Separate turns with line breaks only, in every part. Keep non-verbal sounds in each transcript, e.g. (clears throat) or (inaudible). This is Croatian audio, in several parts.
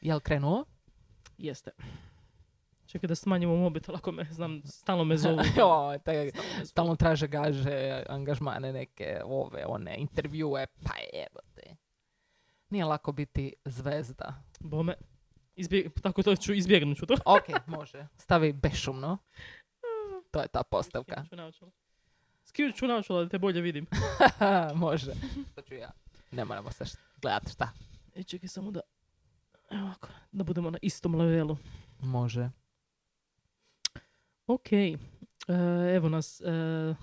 Jel krenuo?
Jeste. Čekaj da smanjimo mobitel, ako me, znam, stalno (laughs) me
(laughs)
zovu.
o, taj, stalno traže gaže, angažmane neke, ove, one, intervjue, pa jebote. Nije lako biti zvezda.
Bome, izbjeg, tako to ću, izbjegnut ću (laughs) to.
Ok, (laughs) može. Stavi bešumno. To je ta postavka. (laughs)
Skinut ću naočala. Skinut ću naočala da te bolje vidim.
može. To ću ja. Ne moramo se št- gledati šta.
I E, čekaj samo da, evo ovako, da budemo na istom levelu.
Može.
Ok, e, evo nas. E,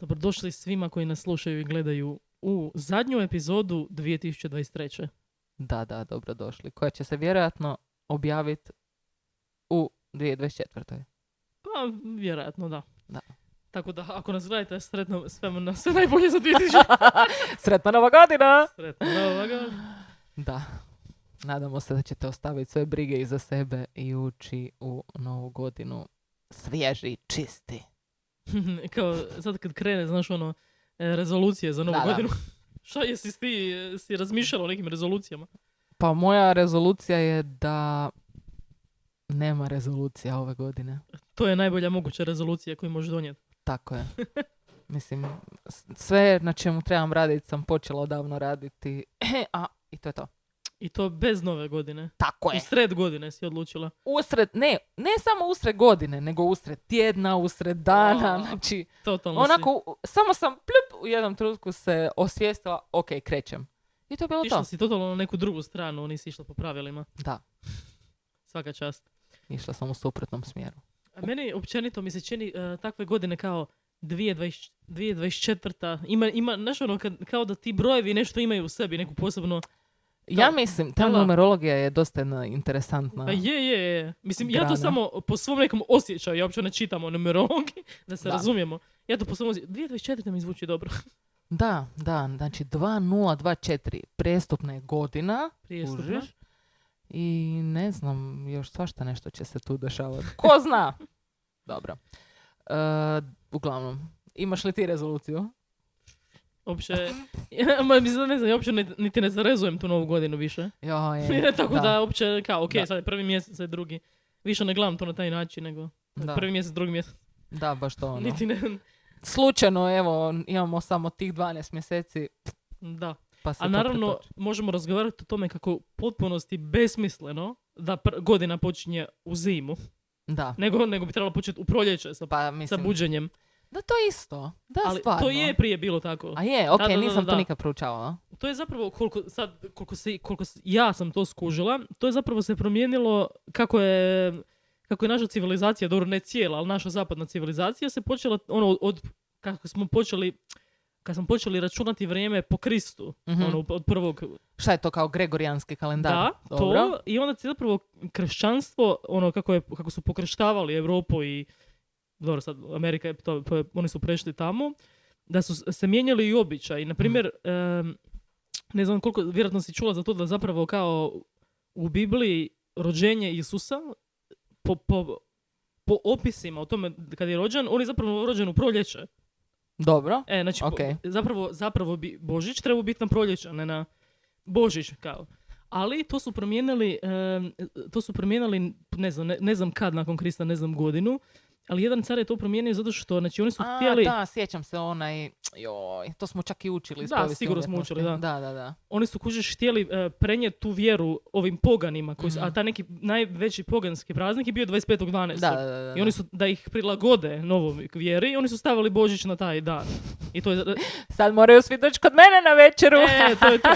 dobrodošli svima koji nas slušaju i gledaju u zadnju epizodu 2023.
Da, da, dobrodošli. Koja će se vjerojatno objaviti u 2024.
Pa, vjerojatno da.
Da.
Tako da, ako nas gledate, sretno, sve na sve najbolje (laughs) za 2000.
Sretna nova godina!
Sretno, nova godina.
Da. Nadamo se da ćete ostaviti sve brige iza sebe i ući u novu godinu svježi, i čisti.
(laughs) Kao, sad kad krene, znaš ono, e, rezolucije za novu
Da, da.
godinu. (laughs) Šta jesi s ti, e, si razmišljala o nekim rezolucijama?
Pa moja rezolucija je da nema rezolucija ove godine.
To je najbolja moguća rezolucija koju možeš donijeti.
Tako je. Mislim, s- sve na čemu trebam raditi sam počela odavno raditi. (clears throat) A, i to je to.
I to bez nove godine.
Tako
U
je.
sred godine si odlučila.
Usred, ne, ne samo usred godine, nego usred tjedna, usred dana.
A.
Znači,
Totalno si.
onako, u- samo sam pljup u jednom trenutku se osvijestila, ok, krećem. I to je bilo ono to.
Išla si totalno na neku drugu stranu, nisi išla po pravilima.
Da,
Svaka čast.
išla sam u suprotnom smjeru.
A meni općenito mi se čini e, takve godine kao 2020 2024. Ima, ima, znaš ono, kad, kao da ti brojevi nešto imaju u sebi, neku posebno...
Ja mislim, ta
da, da.
numerologija je dosta jedna interesantna.
Pa je, je, je. Mislim, ja
Grana.
to samo po svom nekom osjećaju, ja uopće ne čitam o numerologiji, (laughs) da se
Da.
razumijemo. Ja to po svom osjećaju. 2024. mi zvuči dobro. (laughs)
Da, da, znači 2024, prestupna je godina,
Prijestupno.
kužiš? I ne znam, još svašta nešto će se tu dešavati.
(laughs)
Ko zna? Dobro. E, uglavnom, imaš li ti rezoluciju?
Uopće, (laughs) ja, ma, mislim, ne znam, ja uopće ne- niti ne zarezujem tu novu godinu više.
Joj,
(laughs) Tako da, uopće, kao, ok,
E, Da.
sad je prvi mjesec, sad je drugi. Više ne gledam to na taj način, nego
Da.
prvi mjesec, drugi mjesec.
da, baš to ono.
Niti ne,
Slučajno, evo, imamo samo tih 12 mjeseci,
da.
pa se
A
to
naravno,
pretoči.
možemo razgovarati o tome kako je u potpunosti besmisleno da pr- godina počinje u zimu,
Da,
nego, nego bi trebalo početi u proljeće sa,
pa
sa
mislim,
buđenjem.
da to je isto. Da,
Ali
stvarno.
to je prije bilo tako.
A je, ok,
Da, da, da,
nisam to
da.
nikad proučavala.
To je zapravo, koliko, sad, koliko, se, koliko se- ja sam to skužila, to je zapravo se promijenilo kako je, kako je naša civilizacija, dobro ne cijela, ali naša zapadna civilizacija se počela, ono, od, kako smo počeli, kad smo počeli računati vrijeme po Kristu,
Mhm.
ono, od prvog
Šta je to kao gregorijanski kalendar?
Da,
Dobro.
to. I onda se zapravo kršćanstvo, ono kako, je, kako su pokrštavali Europu i, dobro sad, Amerika, je to, to je- oni su prešli tamo, da su s- se mijenjali i običaji. Na primjer, em, ne znam koliko, vjerojatno si čula za to da zapravo kao u Bibliji rođenje Isusa po, po, po opisima o tome kad je rođen, on je zapravo rođen u proljeće.
Dobro.
E, znači, po-
Ok.
zapravo, zapravo bi Božić trebao biti na proljeće, a ne na Božić, kao. Ali to su promijenili, em, to su promijenili, ne znam, ne, ne znam kad nakon Krista, ne znam godinu, ali jedan car je to promijenio zato što, znači, oni su
A,
htjeli,
da, sjećam se onaj, joj, to smo čak i učili. iz
Da,
povijesti
sigurno smo
umjetnosti.
učili, da.
Da, da, da.
oni su kužiš htjeli e, prenijeti tu vjeru ovim poganima, koji su,
Mhm.
a taj neki najveći poganski praznik je bio 25.12.
Da, da, da, da,
I oni su, da ih prilagode novom vjeri, oni su stavili Božić na taj dan. I
(laughs)
to je,
Sad moraju svi doći kod mene na večeru.
e, to je to.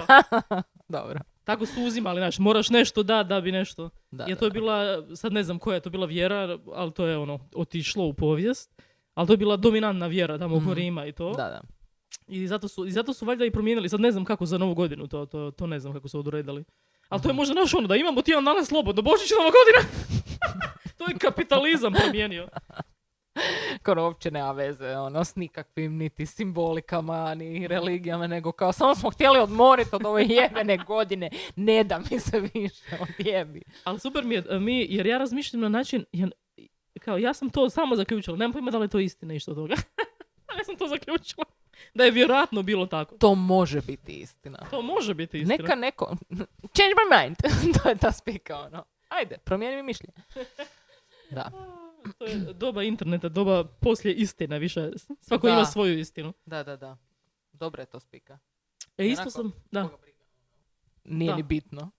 Dobro.
Tako su uzimali, znaš, moraš nešto da, da bi nešto.
Da, da,
Jer to je
da.
bila, sad ne znam koja je to bila vjera, ali to je ono, otišlo u povijest. Ali to je bila dominantna vjera tamo
Mhm.
oko Rima i to.
Da, da.
I, zato su, I zato su valjda i promijenili, sad ne znam kako za novu godinu, to, to, to ne znam kako su odredali. Ali to je možda naš ono, da imamo tjedan dana slobodno, Božić i nova godina! (laughs) to je kapitalizam promijenio.
Skoro uopće nema veze ono, s nikakvim niti simbolikama, ni religijama, nego kao samo smo htjeli odmoriti od ove (laughs) jebene godine. Ne da mi se više odjebi.
Ali super mi je, e, mi, jer ja razmišljam na način, jer, (laughs) kao ja sam to samo zaključila, nemam pojma da li je to istina i što toga. ja sam to zaključila. da je vjerojatno bilo tako.
To može biti istina.
To može biti istina.
Neka neko... Change my mind. (laughs) to je ta spika, ono. Ajde, promijeni mi
(laughs)
mišljenje. Da,
To je doba interneta, doba poslije istine više. Svako
Da.
ima svoju istinu.
da, da, da. Dobra je to spika.
E, isto
Onako,
sam, da,
koga briga. ono. Nije
Da.
ni bitno.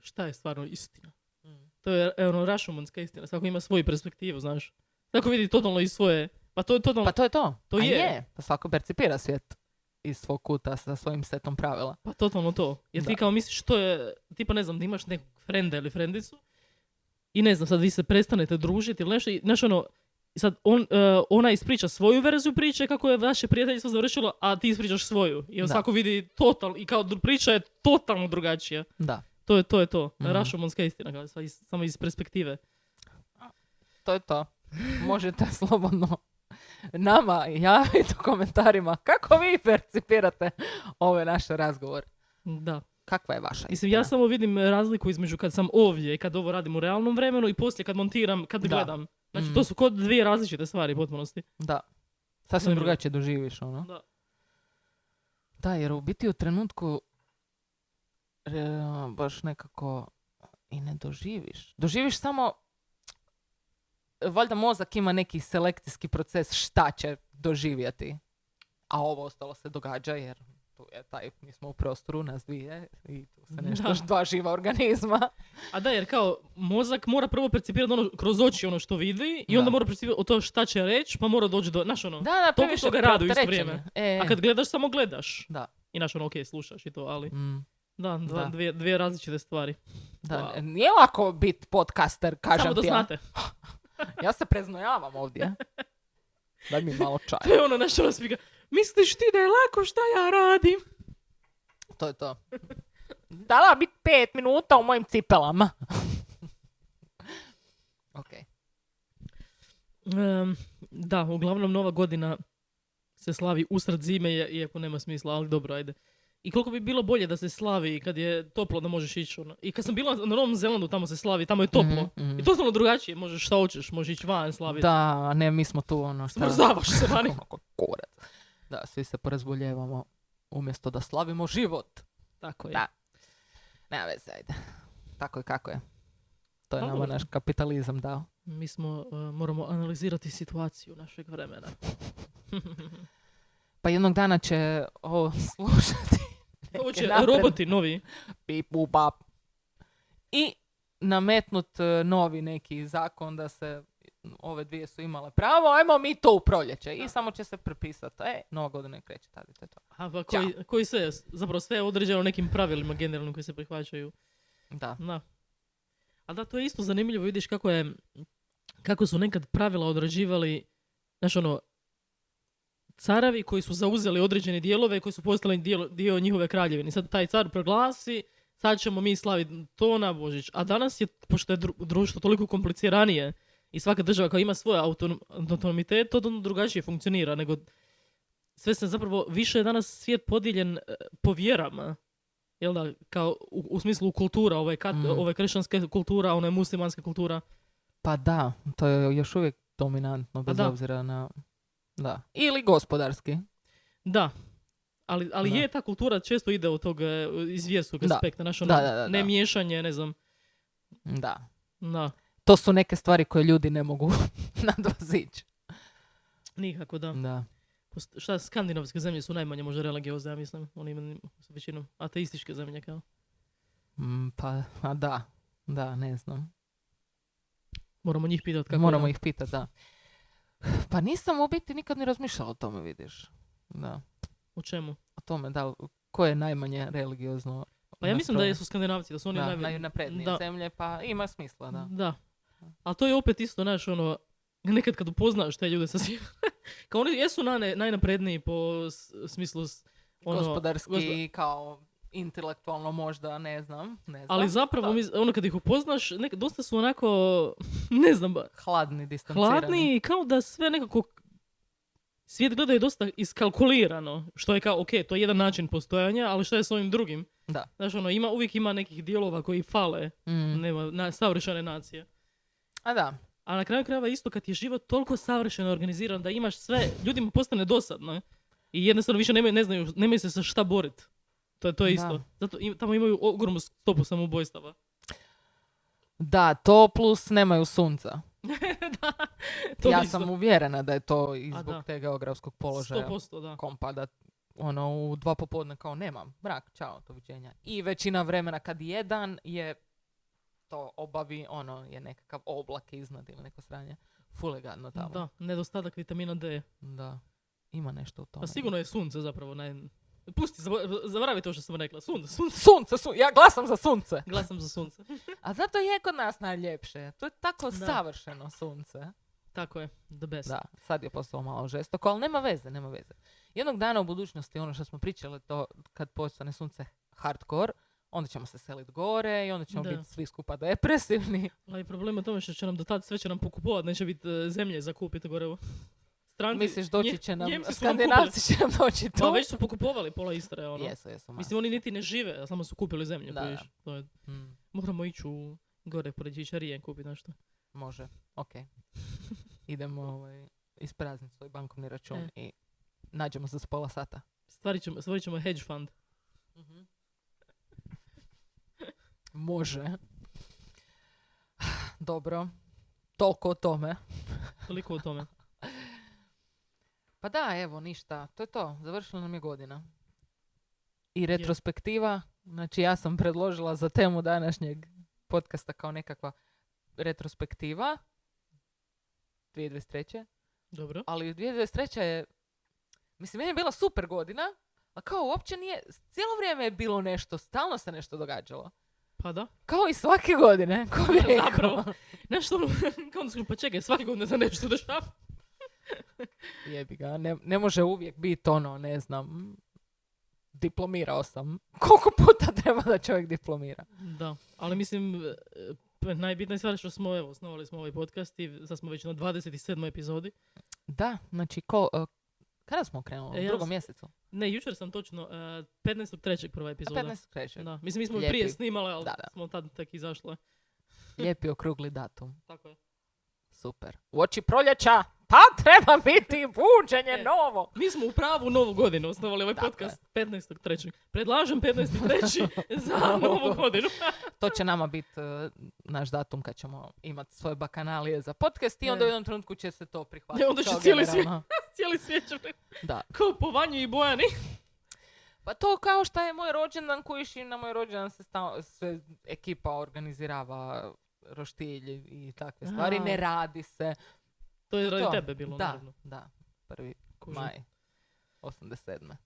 šta je stvarno istina?
Mm.
To je e, ono rašumanska istina, svako ima svoju perspektivu, znaš. Svako vidi totalno iz svoje, pa to je totalno,
Pa
pa,
to je to.
To
A
je.
Pa svako percipira svijet iz svog kuta sa svojim setom pravila.
pa totalno to. Jer ti
Da.
kao misliš to je, tipa ne znam, da imaš nekog frenda ili frendicu i ne znam, sad vi se prestanete družiti ili nešto, i, znaš ono, sad on, e, ona ispriča svoju verziju priče kako je vaše prijateljstvo završilo, a ti ispričaš svoju. I on
Da.
svako vidi total, i kao dru- priča je totalno drugačija.
Da.
To je to. Je to.
Mhm.
Rašomonska istina, kao, sva iz- samo iz perspektive.
To je to. Možete (laughs) slobodno nama javiti u komentarima kako vi percipirate ove naše razgovore.
Da.
Kakva je vaša
Mislim,
istina?
ja samo vidim razliku između kad sam ovdje i kad ovo radim u realnom vremenu i poslije kad montiram, kad
Da.
gledam. Znači,
Mhm.
to su kod dvije različite stvari u potpunosti.
Da. Sasvim
Dobro.
drugačije doživiš, ono.
Da.
Da, jer u biti u trenutku e, baš nekako i ne doživiš. Doživiš samo, valjda mozak ima neki selekcijski proces šta će doživjeti. A ovo ostalo se događa jer tu je taj, mi smo u prostoru, nas dvije i tu
(laughs)
se nešto,
Da.
dva živa organizma.
A da, jer kao mozak mora prvo percipirati ono kroz oči ono što vidi i
Da.
onda mora percipirati o to šta će reći, pa mora doći do, znaš ono.
Da, da,
toliko
previše
toga radu isto
preopterećen
vrijeme.
je. E,
A kad gledaš, samo gledaš.
Da.
I znaš ono, ok, slušaš i to, ali...
mm,
Da, dva-
Da.
Dvije, dvije različite stvari.
da,
Wow.
n- nije lako biti podcaster, kažem
samo da
ti. ja.
znate. (laughs)
Ja se preznojavam ovdje. Daj mi malo čaja.
To je ono naš ono spika. Misliš ti da je lako šta ja radim?
(laughs) To je to. Dala bi pet minuta u mojim cipelama. ok.
Em, da, uglavnom nova godina se slavi usred zime, i- iako nema smisla, ali dobro, ajde. I koliko bi bilo bolje da se slavi kad je toplo da možeš ići. Ono. I kad sam bila na Novom Zelandu, tamo se slavi, tamo je toplo.
Mhm, mhm.
I totalno drugačije, možeš šta hoćeš, možeš ići van slaviti.
Da, a ne, mi smo tu ono šta...
Smrzavaš se
(laughs)
vani.
Ono, ko kurac. Da, svi se porazboljevamo umjesto da slavimo život.
Tako je.
Da. Nema veze, ajde. Tako je kako je. To je
Pa
nama
dobro.
naš kapitalizam dao.
Mi smo, eh, moramo analizirati situaciju našeg vremena.
Pa jednog dana će ovo (laughs) slušati.
Ovo
(laughs)
će
Neke napred-
roboti novi.
Pip, bu, bap. I nametnut e, novi neki zakon da se ove dvije su imale pravo, ajmo mi to u proljeće. I samo će se prepisati. E, nova godina je kreće tad i to je to.
A pa koji, koji sve, zapravo sve je određeno nekim pravilima generalno koji se prihvaćaju.
Da.
Da. A da, to je isto zanimljivo, vidiš kako je, kako su nekad pravila odrađivali, znaš ono, caravi koji su zauzeli određene dijelove koji su postali dio, dio njihove kraljevine. Sad taj car proglasi, sad ćemo mi slaviti to na Božić. A danas je, pošto je dru- društvo toliko kompliciranije i svaka država koja ima svoj autonom- autonomitet, to onda drugačije funkcionira nego sve se zapravo, više je danas svijet podijeljen e, po vjerama. Jel da, kao u, u smislu kultura, ove, kat,
Mhm.
ove kršćanske kultura, ona je muslimanska kultura.
Pa da, to je još uvijek dominantno, bez
da.
obzira na... Da. Pa Ili gospodarski.
Da. Ali, ali
Da.
je ta kultura često ide od tog e, iz vjerskog
Da.
aspekta, znaš,
Da,
ono,
da, da, da.
ne miješanje, ne znam,
Da.
da,
To su neke stvari koje ljudi ne mogu (laughs) nadvozići.
nikako da.
Da.
Post- Šta, skandinavske zemlje su najmanje možda religiozne, ja mislim, oni imaju većinom ateističke zemlje, kao.
Mm, pa, a da. Da, ne znam.
Moramo njih pitati kako
Moramo
je.
ih pitati, da. Pa nisam u biti nikad ni razmišljala o tome, vidiš. Da.
o čemu.
O tome, da, koje je najmanje religiozno.
Pa ja mislim da
nastrojeno.
je su skandinavci, da su oni
da,
najvi-
najnaprednije
da. Ono,
zemlje, pa ima smisla, da.
Da. Ali to je opet isto, znaš, ono, nekad kad upoznaš te ljude sa sjevera, (laughs) kao oni jesu nane- najnapredniji po s- smislu s- ono,
Gospodarski,
gospod-
kao intelektualno možda, ne znam. Ne znam.
ali zapravo,
Da.
mi, ono, kad ih upoznaš, nek, dosta su onako, (laughs) ne znam, ba-
Hladni, distancirani.
hladni i kao da sve nekako svijet gledaju dosta iskalkulirano, što je kao, ok, to je jedan način postojanja, ali što je s ovim drugim?
Da.
Znaš, ono, ima, uvijek ima nekih dijelova koji fale,
Mm.
nema na, savršene nacije.
A da,
A na kraju krajeva isto kad je život toliko savršeno organiziran da imaš sve, ljudima postane dosadno. I jednostavno više nemaju, ne znaju, nemaju se sa šta boriti. To, je- to je
Da.
isto. Zato im- tamo imaju ogromnu stopu samoubojstava. (laughs)
Da, to plus nemaju sunca.
(laughs) To je
ja
isto.
sam uvjerena da je to i
A,
zbog
da.
te geografskog položaja.
100%, da.
kompa pa da ono u dva popodne kao nemam brak, čao, doviđenja. I većina vremena kad jedan je to obavi, ono je nekakav oblak iznad ili neko sranje. Fule gadno tamo.
Da, nedostatak vitamina D.
Da. Ima nešto u tome.
A Pa sigurno je sunce zapravo naj... Pusti, zabo- zaboravi to što sam rekla. Sunce, sunce.
Sunce, sun- ja glasam za sunce.
Glasam za sunce.
A zato je kod nas najljepše. To je tako
Da.
savršeno sunce.
Tako je, the best.
Da, sad je postalo malo žestoko, ali nema veze, nema veze. Jednog dana u budućnosti, ono što smo pričali, to kad postane sunce hardcore, onda ćemo se seliti gore i onda ćemo
Da.
biti svi skupa depresivni.
Ali problem je u tome što će nam do tad sve će nam pokupovati, neće biti e, zemlje za kupiti gore u... Stranci,
Misliš, doći
Nje-
će nam,
Njemci su nam
skandinavci će nam doći
kupili.
tu.
Ma, već su pokupovali pola Istre, ono.
Jesu, jesu. ma.
Mislim, oni niti ne žive, a samo su kupili zemlju.
Da,
kužiš.
da.
To je-
Mm,
Moramo ići u gore pored Čičarijen kupiti nešto.
može, ok.
(laughs)
Idemo ovaj, isprazniti svoj bankovni račun
E.
i nađemo se za pola sata.
Stvarit ćemo, stvorit ćemo hedge fund.
Mhm. (laughs) Može. (sighs) Dobro, toliko o tome.
Toliko o tome.
Pa da, evo, ništa. To je to. Završila nam je godina. I retrospektiva. Znači, ja sam predložila za temu današnjeg podcasta kao nekakva retrospektiva. 2023.
Dobro.
Ali 2023. je... Mislim, meni je bila super godina, a kao uopće nije... Cijelo vrijeme je bilo nešto, stalno se nešto događalo. (laughs)
Pa da.
Kao i svake godine, (laughs) ko bi rekao.
Zapravo. Nešto (laughs) ono, kao da smo, pa čekaj, svake godine se nešto dešava.
Jebi ga, ne, ne može uvijek biti ono, ne znam, diplomirao sam. (laughs) Koliko puta treba da čovjek diplomira?
Da, ali mislim, e, p- najbitnija stvar je što smo, evo, osnovali smo ovaj podcast i sad smo već na 27. epizodi.
Da, znači, ko, e, kada smo krenuli?
E,
U
ja
drugom
sam-
mjesecu?
Ne, jučer sam točno, e, 15.3. prva
A
epizoda.
15. kreće.
Da, mislim, mi smo
Lijepi.
prije snimale, ali
Da, da.
smo tad tek izašle.
(laughs) Lijepi okrugli datum.
Tako je.
Super. U oči proljeća, pa treba (laughs) biti buđenje
E.
novo.
Mi smo u pravu novu godinu osnovali ovaj
Tako
podcast 15.3. Predlažem
(laughs)
15.3. za novu godinu. (laughs)
To će nama biti e, naš datum kad ćemo imati svoje bakanalije za podcast i onda u
E.
jednom trenutku će se to prihvatiti.
E, onda će
kao
cijeli svijet-
generalno.
Cijeli svijet će
Da.
kao po vanju i bojani.
Pa to kao šta je moj rođendan kujiš i na moj rođendan se, sta- se ekipa organizirava roštilj i takve stvari.
Aha.
Ne radi se.
To je radi
To.
tebe bilo,
da,
naravno.
Da, prvi
Kužim.
maj, 87.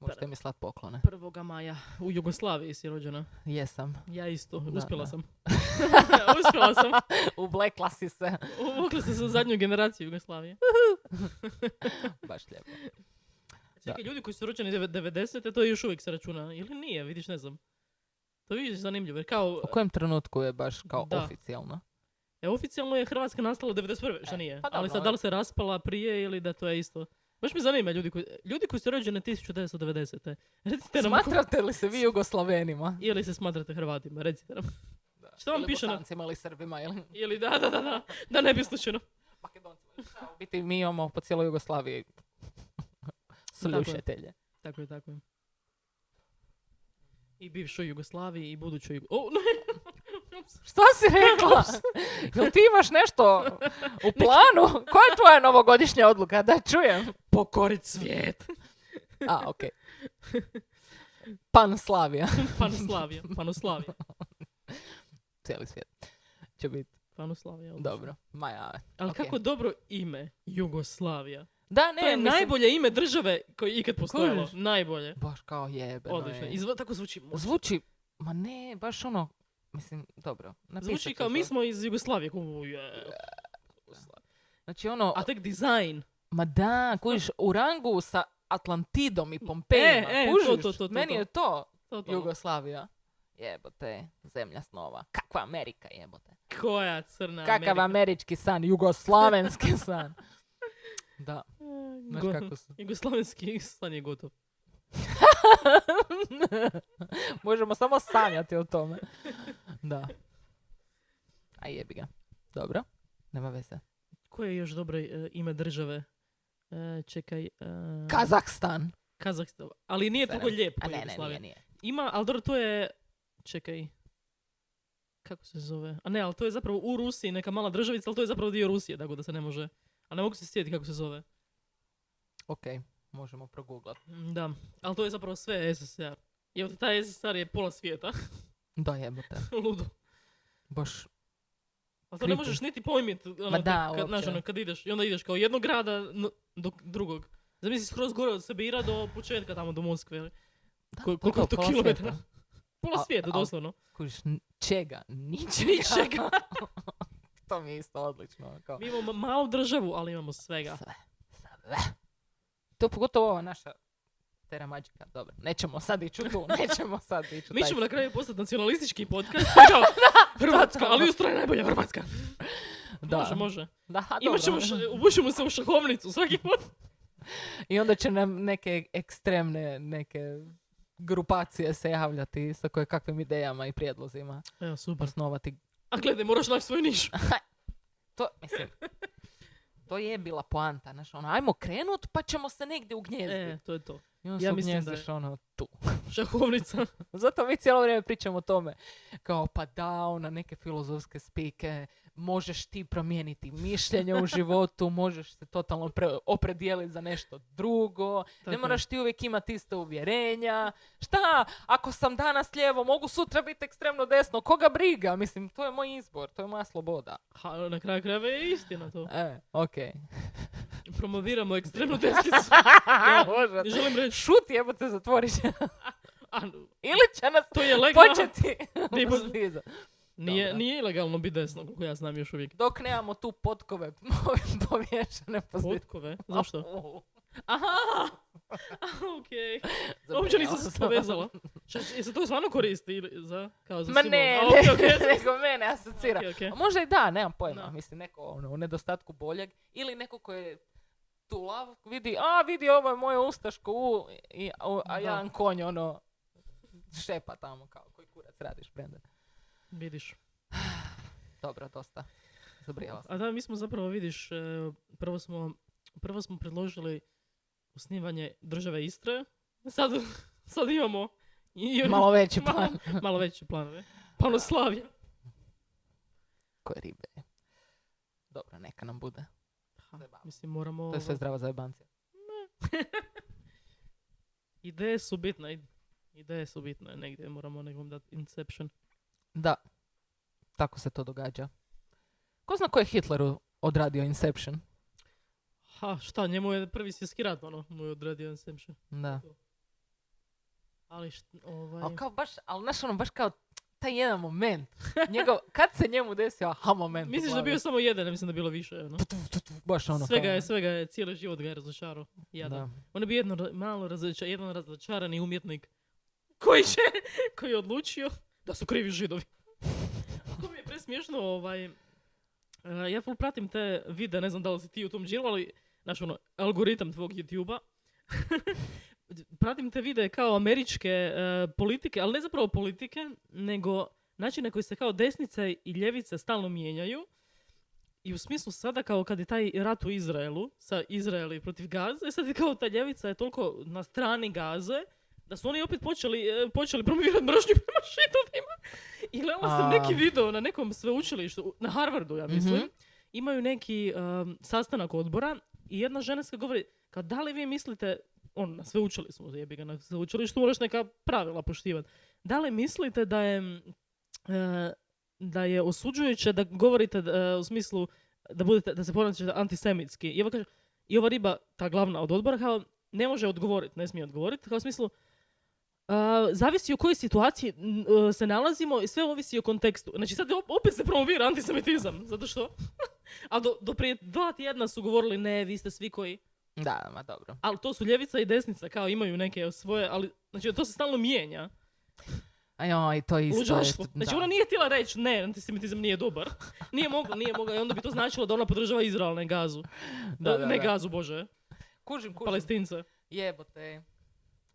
Možete
Prvo.
mi slat poklone.
1. maja u Jugoslaviji si rođena.
Jesam.
(laughs) Ja isto,
Da,
uspjela
da. (laughs)
sam. (laughs) uspjela sam.
Ublekla si se.
Uvukla sam se u zadnju generaciju Jugoslavije.
Baš lijepo.
Čekaj, ljudi koji su rođeni deve- 90. to je još uvijek se računa. Ili nije, vidiš, ne znam. To vidiš zanimljivo, jer kao,
U kojem trenutku je baš kao
Da.
oficijalno?
e, oficijalno je Hrvatska nastala 91.
E,
što nije.
pa
ali
dobro,
sad, da li se raspala prije ili da to je isto. Baš me zanima ljudi koji, ljudi koji su rođeni 1990. Recite nam, ko-
Smatrate li se vi Jugoslavenima?
ili se smatrate Hrvatima, recite nam. Što vam
Ili
piše na-
Bosancima ili Srbima ili
Ili da, da, da, da, da ne bi slučajno.
Makedoncima? Šta, U biti mi imamo po cijeloj Jugoslaviji slušatelje.
Tako je, tako je. I bivšoj Jugoslaviji i budućoj Jugoslaviji. O, ne! Ups.
Što si rekla?
(laughs)
Jel ti imaš nešto u planu? Koja je tvoja novogodišnja odluka? Da čujem.
Pokorit svijet.
A, ok. Panslavija.
(laughs)
(laughs)
Panoslavija, Panoslavija.
Cijeli svijet. Će biti
Panoslavija. odlično.
dobro. Ma ja.
Ali
Ok.
kako dobro ime, Jugoslavija.
Da, ne,
to je
mislim-
najbolje ime države koje je ikad postojalo.
Kužiš?
Najbolje.
Baš kao jebeno
Odlično.
je.
Izvo- tako zvuči.
Zvuči, ma ne, baš ono, mislim, dobro. napisat
Zvuči
ću
kao
to.
mi smo iz Jugoslavije. Ko- je.
Znači ono,
A tek dizajn.
ma da, kužiš, u rangu sa Atlantidom i Pompejima,
E, e, to,
kužiš?
to, to, to,
Meni
to.
je to
To, to.
Jugoslavija. Jebote, zemlja snova. Kakva Amerika, jebote.
Koja crna
Kakav
Amerika.
američki san, (laughs) jugoslavenski san. Da, znaš
Eh, Go- (laughs)
kako su.
Jugoslavenski stan je gotov.
(laughs) Možemo samo sanjati o tome. Da. A jebi ga. Dobro, nema veze. Mm.
Koje je još dobro e, ime eh, države? E, e, čekaj, e,
Kazakstan.
Kazakstan. Ali nije tako lijepo.
A ne, ne,
Jugoslavija.
nije, nije.
Ima, ali dobro, to je, čekaj, kako se zove? A ne, ali to je zapravo u Rusiji, neka mala državica, ali to je zapravo dio Rusije, tako da se ne može. A ne mogu se sjetiti kako se zove.
Ok, možemo proguglat.
Mm, Da, ali to je zapravo sve SSR. I od taj SSR je pola svijeta, (laughs)
Da jebote,
ludo.
baš
Ali to ne
Creepy.
možeš niti pojmit, ono,
Ma da,
kad, kad, znaš,
uopće.
ono, kad ideš, i onda ideš kao jednog grada n- do drugog. Zamisli skroz gore od Sabira do početka tamo do Moskve. ili? Ko- koliko je to
pola
kilometara?
svijeta.
Pola
Al-
svijeta,
al-
doslovno.
Kužiš, n- čega? Ničega.
Ničega.
(laughs) to mi je isto odlično. Kao.
Mi imamo malu državu, ali imamo svega.
Sve. Sve. To pogotovo ova naša Tera Magica. Dobro, nećemo sad ići u
(laughs)
tu. Nećemo sad ići u
Mi
taj-
ćemo na kraju postati nacionalistički
(laughs)
podcast. Kao, Hrvatska, ali Ustra je najbolja Hrvatska.
Da.
Može, može.
Da, ha,
Imat ćemo,
dobro.
š- ubušimo se u šahovnicu svaki put.
I onda će nam neke ekstremne, neke grupacije se javljati sa koje kakvim idejama i prijedlozima
Evo, super.
osnovati.
A gledaj, moraš naći svoju nišu.
To, mislim, to je bila poanta. Znaš, ono, ajmo krenut pa ćemo se
(laughs)
negdje ugnijezditi.
E, to je to.
I onda
ja
se
mislim da
ugnjezdiš, ono, tu.
Šahovnica. (laughs)
Zato mi cijelo vrijeme pričamo o tome. Kao pa da, ona neke filozofske spike, možeš ti promijeniti mišljenje u
(laughs)
životu, možeš se totalno pre- opredijeliti za nešto drugo, ne
je.
moraš ti uvijek imati iste uvjerenja. Šta, ako sam danas lijevo, mogu sutra biti ekstremno desno, koga briga? Mislim, to je moj izbor, to je moja sloboda.
Ha, na kraju krajeva je istina to.
E, ok.
Promoviramo ekstremnu
(laughs)
desnicu. Ne želim reći.
Šut jebote zatvorit
(laughs)
će.
A,
Ili će nas
to je legalno.
početi
(laughs)
(laughs)
Ne, bo-
uzdizat.
Nije,
Dobra.
nije ilegalno biti desno, koliko ja znam još uvijek.
Dok nemamo tu potkove (laughs) ove povješene po zid-
Potkove? Zašto?
Au.
Aha! (laughs) Aha, okej. (laughs) Uopće nisam se
Zabrinjala sam.
povezala. Šta- Je se to stvarno koristi ili za, kao
(laughs)
za
Ma
simbol?
ne,
A,
ne,
okej, okej,
(laughs) nego mene asocira.
okej, okej.
A Možda i da, nemam pojma.
Da.
Mislim, neko ono, u nedostatku boljeg. Ili neko ko je tu lav, vidi, a vidi ovo je moje ustaško u, i, a, a
Da.
jedan konj ono šepa tamo kao koji kurac radiš, Brenda.
Vidiš.
Dobro, dosta. Zabrijala sam.
A da, mi smo zapravo, vidiš, e, prvo smo, prvo smo predložili osnivanje države Istre. Sad, sad imamo i, i-
Malo veći
(laughs) malo-
plan.
malo veće planove. Panoslavlje.
Koje ribe. Dobro, neka nam bude.
Mislim, moramo...
To je sve zdravo za jebanci.
Ideje su bitne. Ideje su bitne negdje. Moramo nekom dati Inception.
Da. Tako se to događa. Ko zna ko je Hitleru odradio Inception?
Ha, šta, njemu je prvi svjetski rat, ono, mu je odredio Inception.
Da.
Ali št, ovaj...
Ali kao baš, ali znaš ono, baš kao taj jedan moment. (laughs) Njegov, kad se njemu desio aha moment. u
Misliš da je
glavi.
bio samo jedan, ne mislim da je bilo više, ono.
Tu, tu, tu, Baš ono.
svega
kao,
je, svega je, cijeli život ga je razočarao. Jadan.
Da.
On je bio jedno, ra- malo razoča, jedan razočarani umjetnik koji će, (laughs) koji je odlučio da su krivi židovi. A to mi je presmiješno, ovaj, e, ja ful pratim te videa, ne znam da li si ti u tom džiru, ali, znaš ono, algoritam tvog YouTube-a. (laughs) pratim te videe kao američke e, politike, ali ne zapravo politike, nego način na koji se kao desnica i ljevica stalno mijenjaju. I u smislu sada kao kad je taj rat u Izraelu, sa Izraeli protiv Gaze, sad je kao ta ljevica je toliko na strani Gaze, da su oni opet počeli, e, počeli promovirati mržnju prema židovima. I gledala sam
A.
neki (laughs) video na nekom sveučilištu, u- na Harvardu ja mislim,
Mhm.
imaju neki um, sastanak odbora i jedna ženska govori, kao da li vi mislite, on na sveučilištu, jebi ga, na sveučilištu moraš neka pravila poštivati. Da li mislite da je, m, e, da je osuđujuće da govorite e, u smislu da budete, da se ponašate antisemitski. I ova kaže, i ova riba, ta glavna od odbora, kao, ne može odgovoriti, ne smije odgovoriti, kao u smislu, a, zavisi u kojoj situaciji n- e, se nalazimo i sve ovisi o kontekstu. Znači sad op- opet se promovira antisemitizam, zato što... (laughs) A do, do prije dva tjedna su govorili ne, vi ste svi koji...
Da, ma dobro.
Ali to su ljevica i desnica, kao imaju neke svoje, ali znači to se stalno mijenja.
A joj, to je isto.
Luđaštvo.
je-
Znači
da.
ona nije htjela reći ne, antisemitizam nije dobar. (laughs) Nije mogla, nije mogla i onda bi to značilo da ona podržava Izrael, ne Gazu. E,
Da, da,
ne
da.
Gazu, bože,
Kužim, kužim.
Palestince.
Jebote.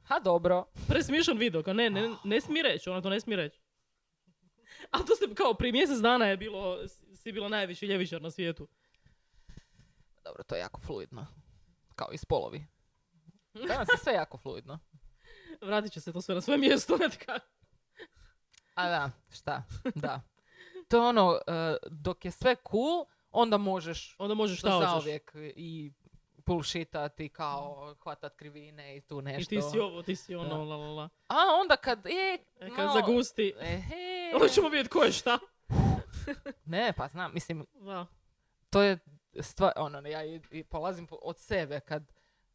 Ha, dobro.
Presmiješan video, kao ne, ne, ne smije reći, ona to ne smije reći. A to se kao prije mjesec dana je bilo, si bila najveći ljevičar na svijetu.
Dobro, to je jako fluidno. kao i
(laughs)
spolovi. Danas je sve jako fluidno.
Vratit će se to sve na svoje mjesto. znate kako.
A da, šta, da. To je ono, eh, dok je sve cool, onda možeš
Onda možeš
što
šta hoćeš.
zauvijek i bullshitati kao hvatat krivine i tu
I
nešto.
ti si ovo, ti si ono,
Da.
la la la.
A onda kad, e,
E, kad
malo-
zagusti,
E, he.
onda ćemo vidjeti ko je šta.
Ne, pa znam, mislim,
Da.
to je stvar, ono, ja i, i polazim po- od sebe kad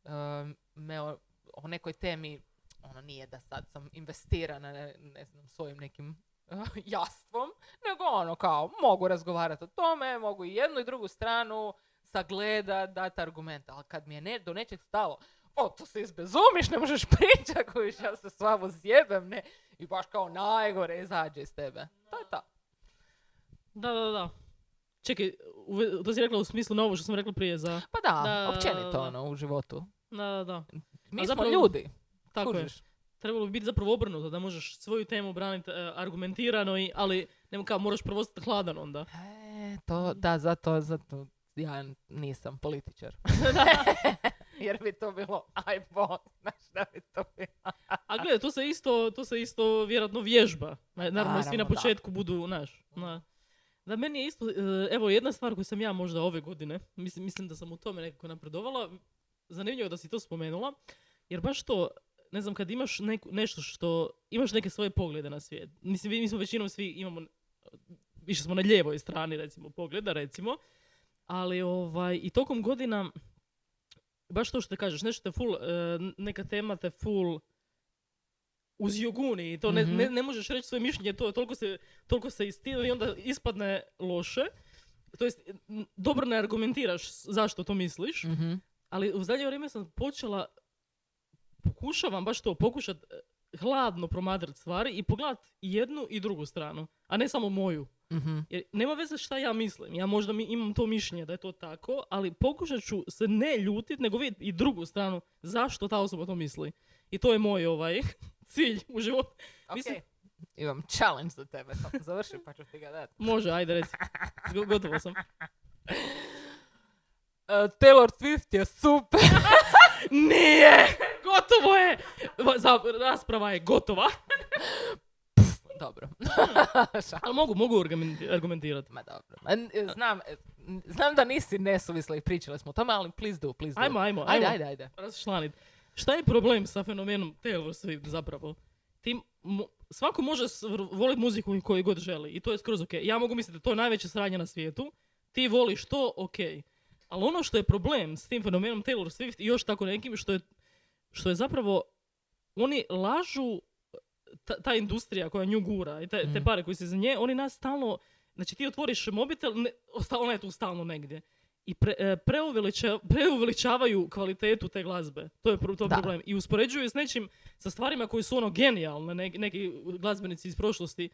em, me o, o nekoj temi, ono, nije da sad sam investirana, ne, ne znam, svojim nekim (laughs) eh, jastvom, nego ono, kao, mogu razgovarati o tome, mogu i jednu i drugu stranu sagledat, dati argument, ali kad mi je ne, do nečeg stalo, o, to se izbezumiš, ne možeš (laughs) pričati, ako ja se slavo zjebem, ne, i baš kao najgore izađe iz tebe. To je to.
Da, da, da. Čekaj, uve- to si rekla u smislu na ovo što sam rekla prije za...
Pa da,
Da, da.
općenito, ono, u životu.
Da, da, da.
Mi smo
zapravo-
ljudi.
Tako je.
Kužiš?
Trebalo bi biti zapravo obrnuto, da možeš svoju temu braniti argumentirano, i, ali nema kao, moraš prvo ostati hladan onda.
E, to, da, zato, zato ja n- nisam (laughs) političar. Jer bi to bilo aj bo, znaš šta bi to bilo.
A gledaj, to se isto, to se isto vjerojatno vježba. Na- Naravno, svi na
Naravno, da.
početku budu, znaš. Da. da, meni je isto, e, evo jedna stvar koju sam ja možda ove godine, mislim, mislim da sam u tome nekako napredovala, zanimljivo je da si to spomenula, jer baš to, ne znam, kad imaš neku, nešto što, imaš neke svoje poglede na svijet, mislim, mi smo većinom svi imamo, više smo na ljevoj strani, recimo, pogleda, recimo, ali ovaj, i tokom godina, baš to što te kažeš, nešto te full, e, neka tema te full uzjoguni i to ne,
Mhm.
ne, ne možeš reći svoje mišljenje, to je toliko se, toliko se istira i onda ispadne loše. To jest, n- dobro ne argumentiraš s- zašto to misliš,
Mhm.
ali u zadnje vrijeme sam počela, pokušavam baš to, pokušat e, hladno promatrati stvari i pogledat i jednu i drugu stranu, a ne samo moju.
mhm.
Jer nema veze šta ja mislim, ja možda mi, imam to mišljenje da je to tako, ali pokušat ću se ne ljutit, nego vidjeti i drugu stranu zašto ta osoba to misli. I to je moj ovaj (laughs) cilj u životu. Mislim-
Mislim... Imam challenge za tebe, samo (laughs) završi pa ću ti ga dati.
Može, ajde reci. Go- Gotovo sam. E,
Taylor Swift je super.
Nije! Gotovo je! Va- za- rasprava je gotova.
(laughs) Dobro. (laughs) Šal-
Ali mogu, mogu argumen- argumentirati.
Ma dobro. Ma n- e, Znam, n- znam da nisi nesuvisla i pričali smo o tome, ali please do, please do.
Ajmo, ajmo, ajmo.
Ajde, ajde, ajde.
Razčlanit. Šta je problem sa fenomenom Taylor Swift zapravo? Ti, mo- svako može svr- volit muziku koju god želi i to je skroz ok. Ja mogu misliti da to je najveće sranje na svijetu. Ti voliš to, ok. Ali ono što je problem s tim fenomenom Taylor Swift i još tako nekim što je, što je zapravo oni lažu ta, ta industrija koja nju gura i te, te
Mhm.
pare koji se za nje, oni nas stalno, znači ti otvoriš mobitel, ne, osta- ona je tu stalno negdje. I pre, e, preuveliča- preuveličavaju kvalitetu te glazbe. To je, pro- to je
Da.
problem. I uspoređuju je s nečim, sa stvarima koji su ono genijalne, ne- neki glazbenici iz prošlosti.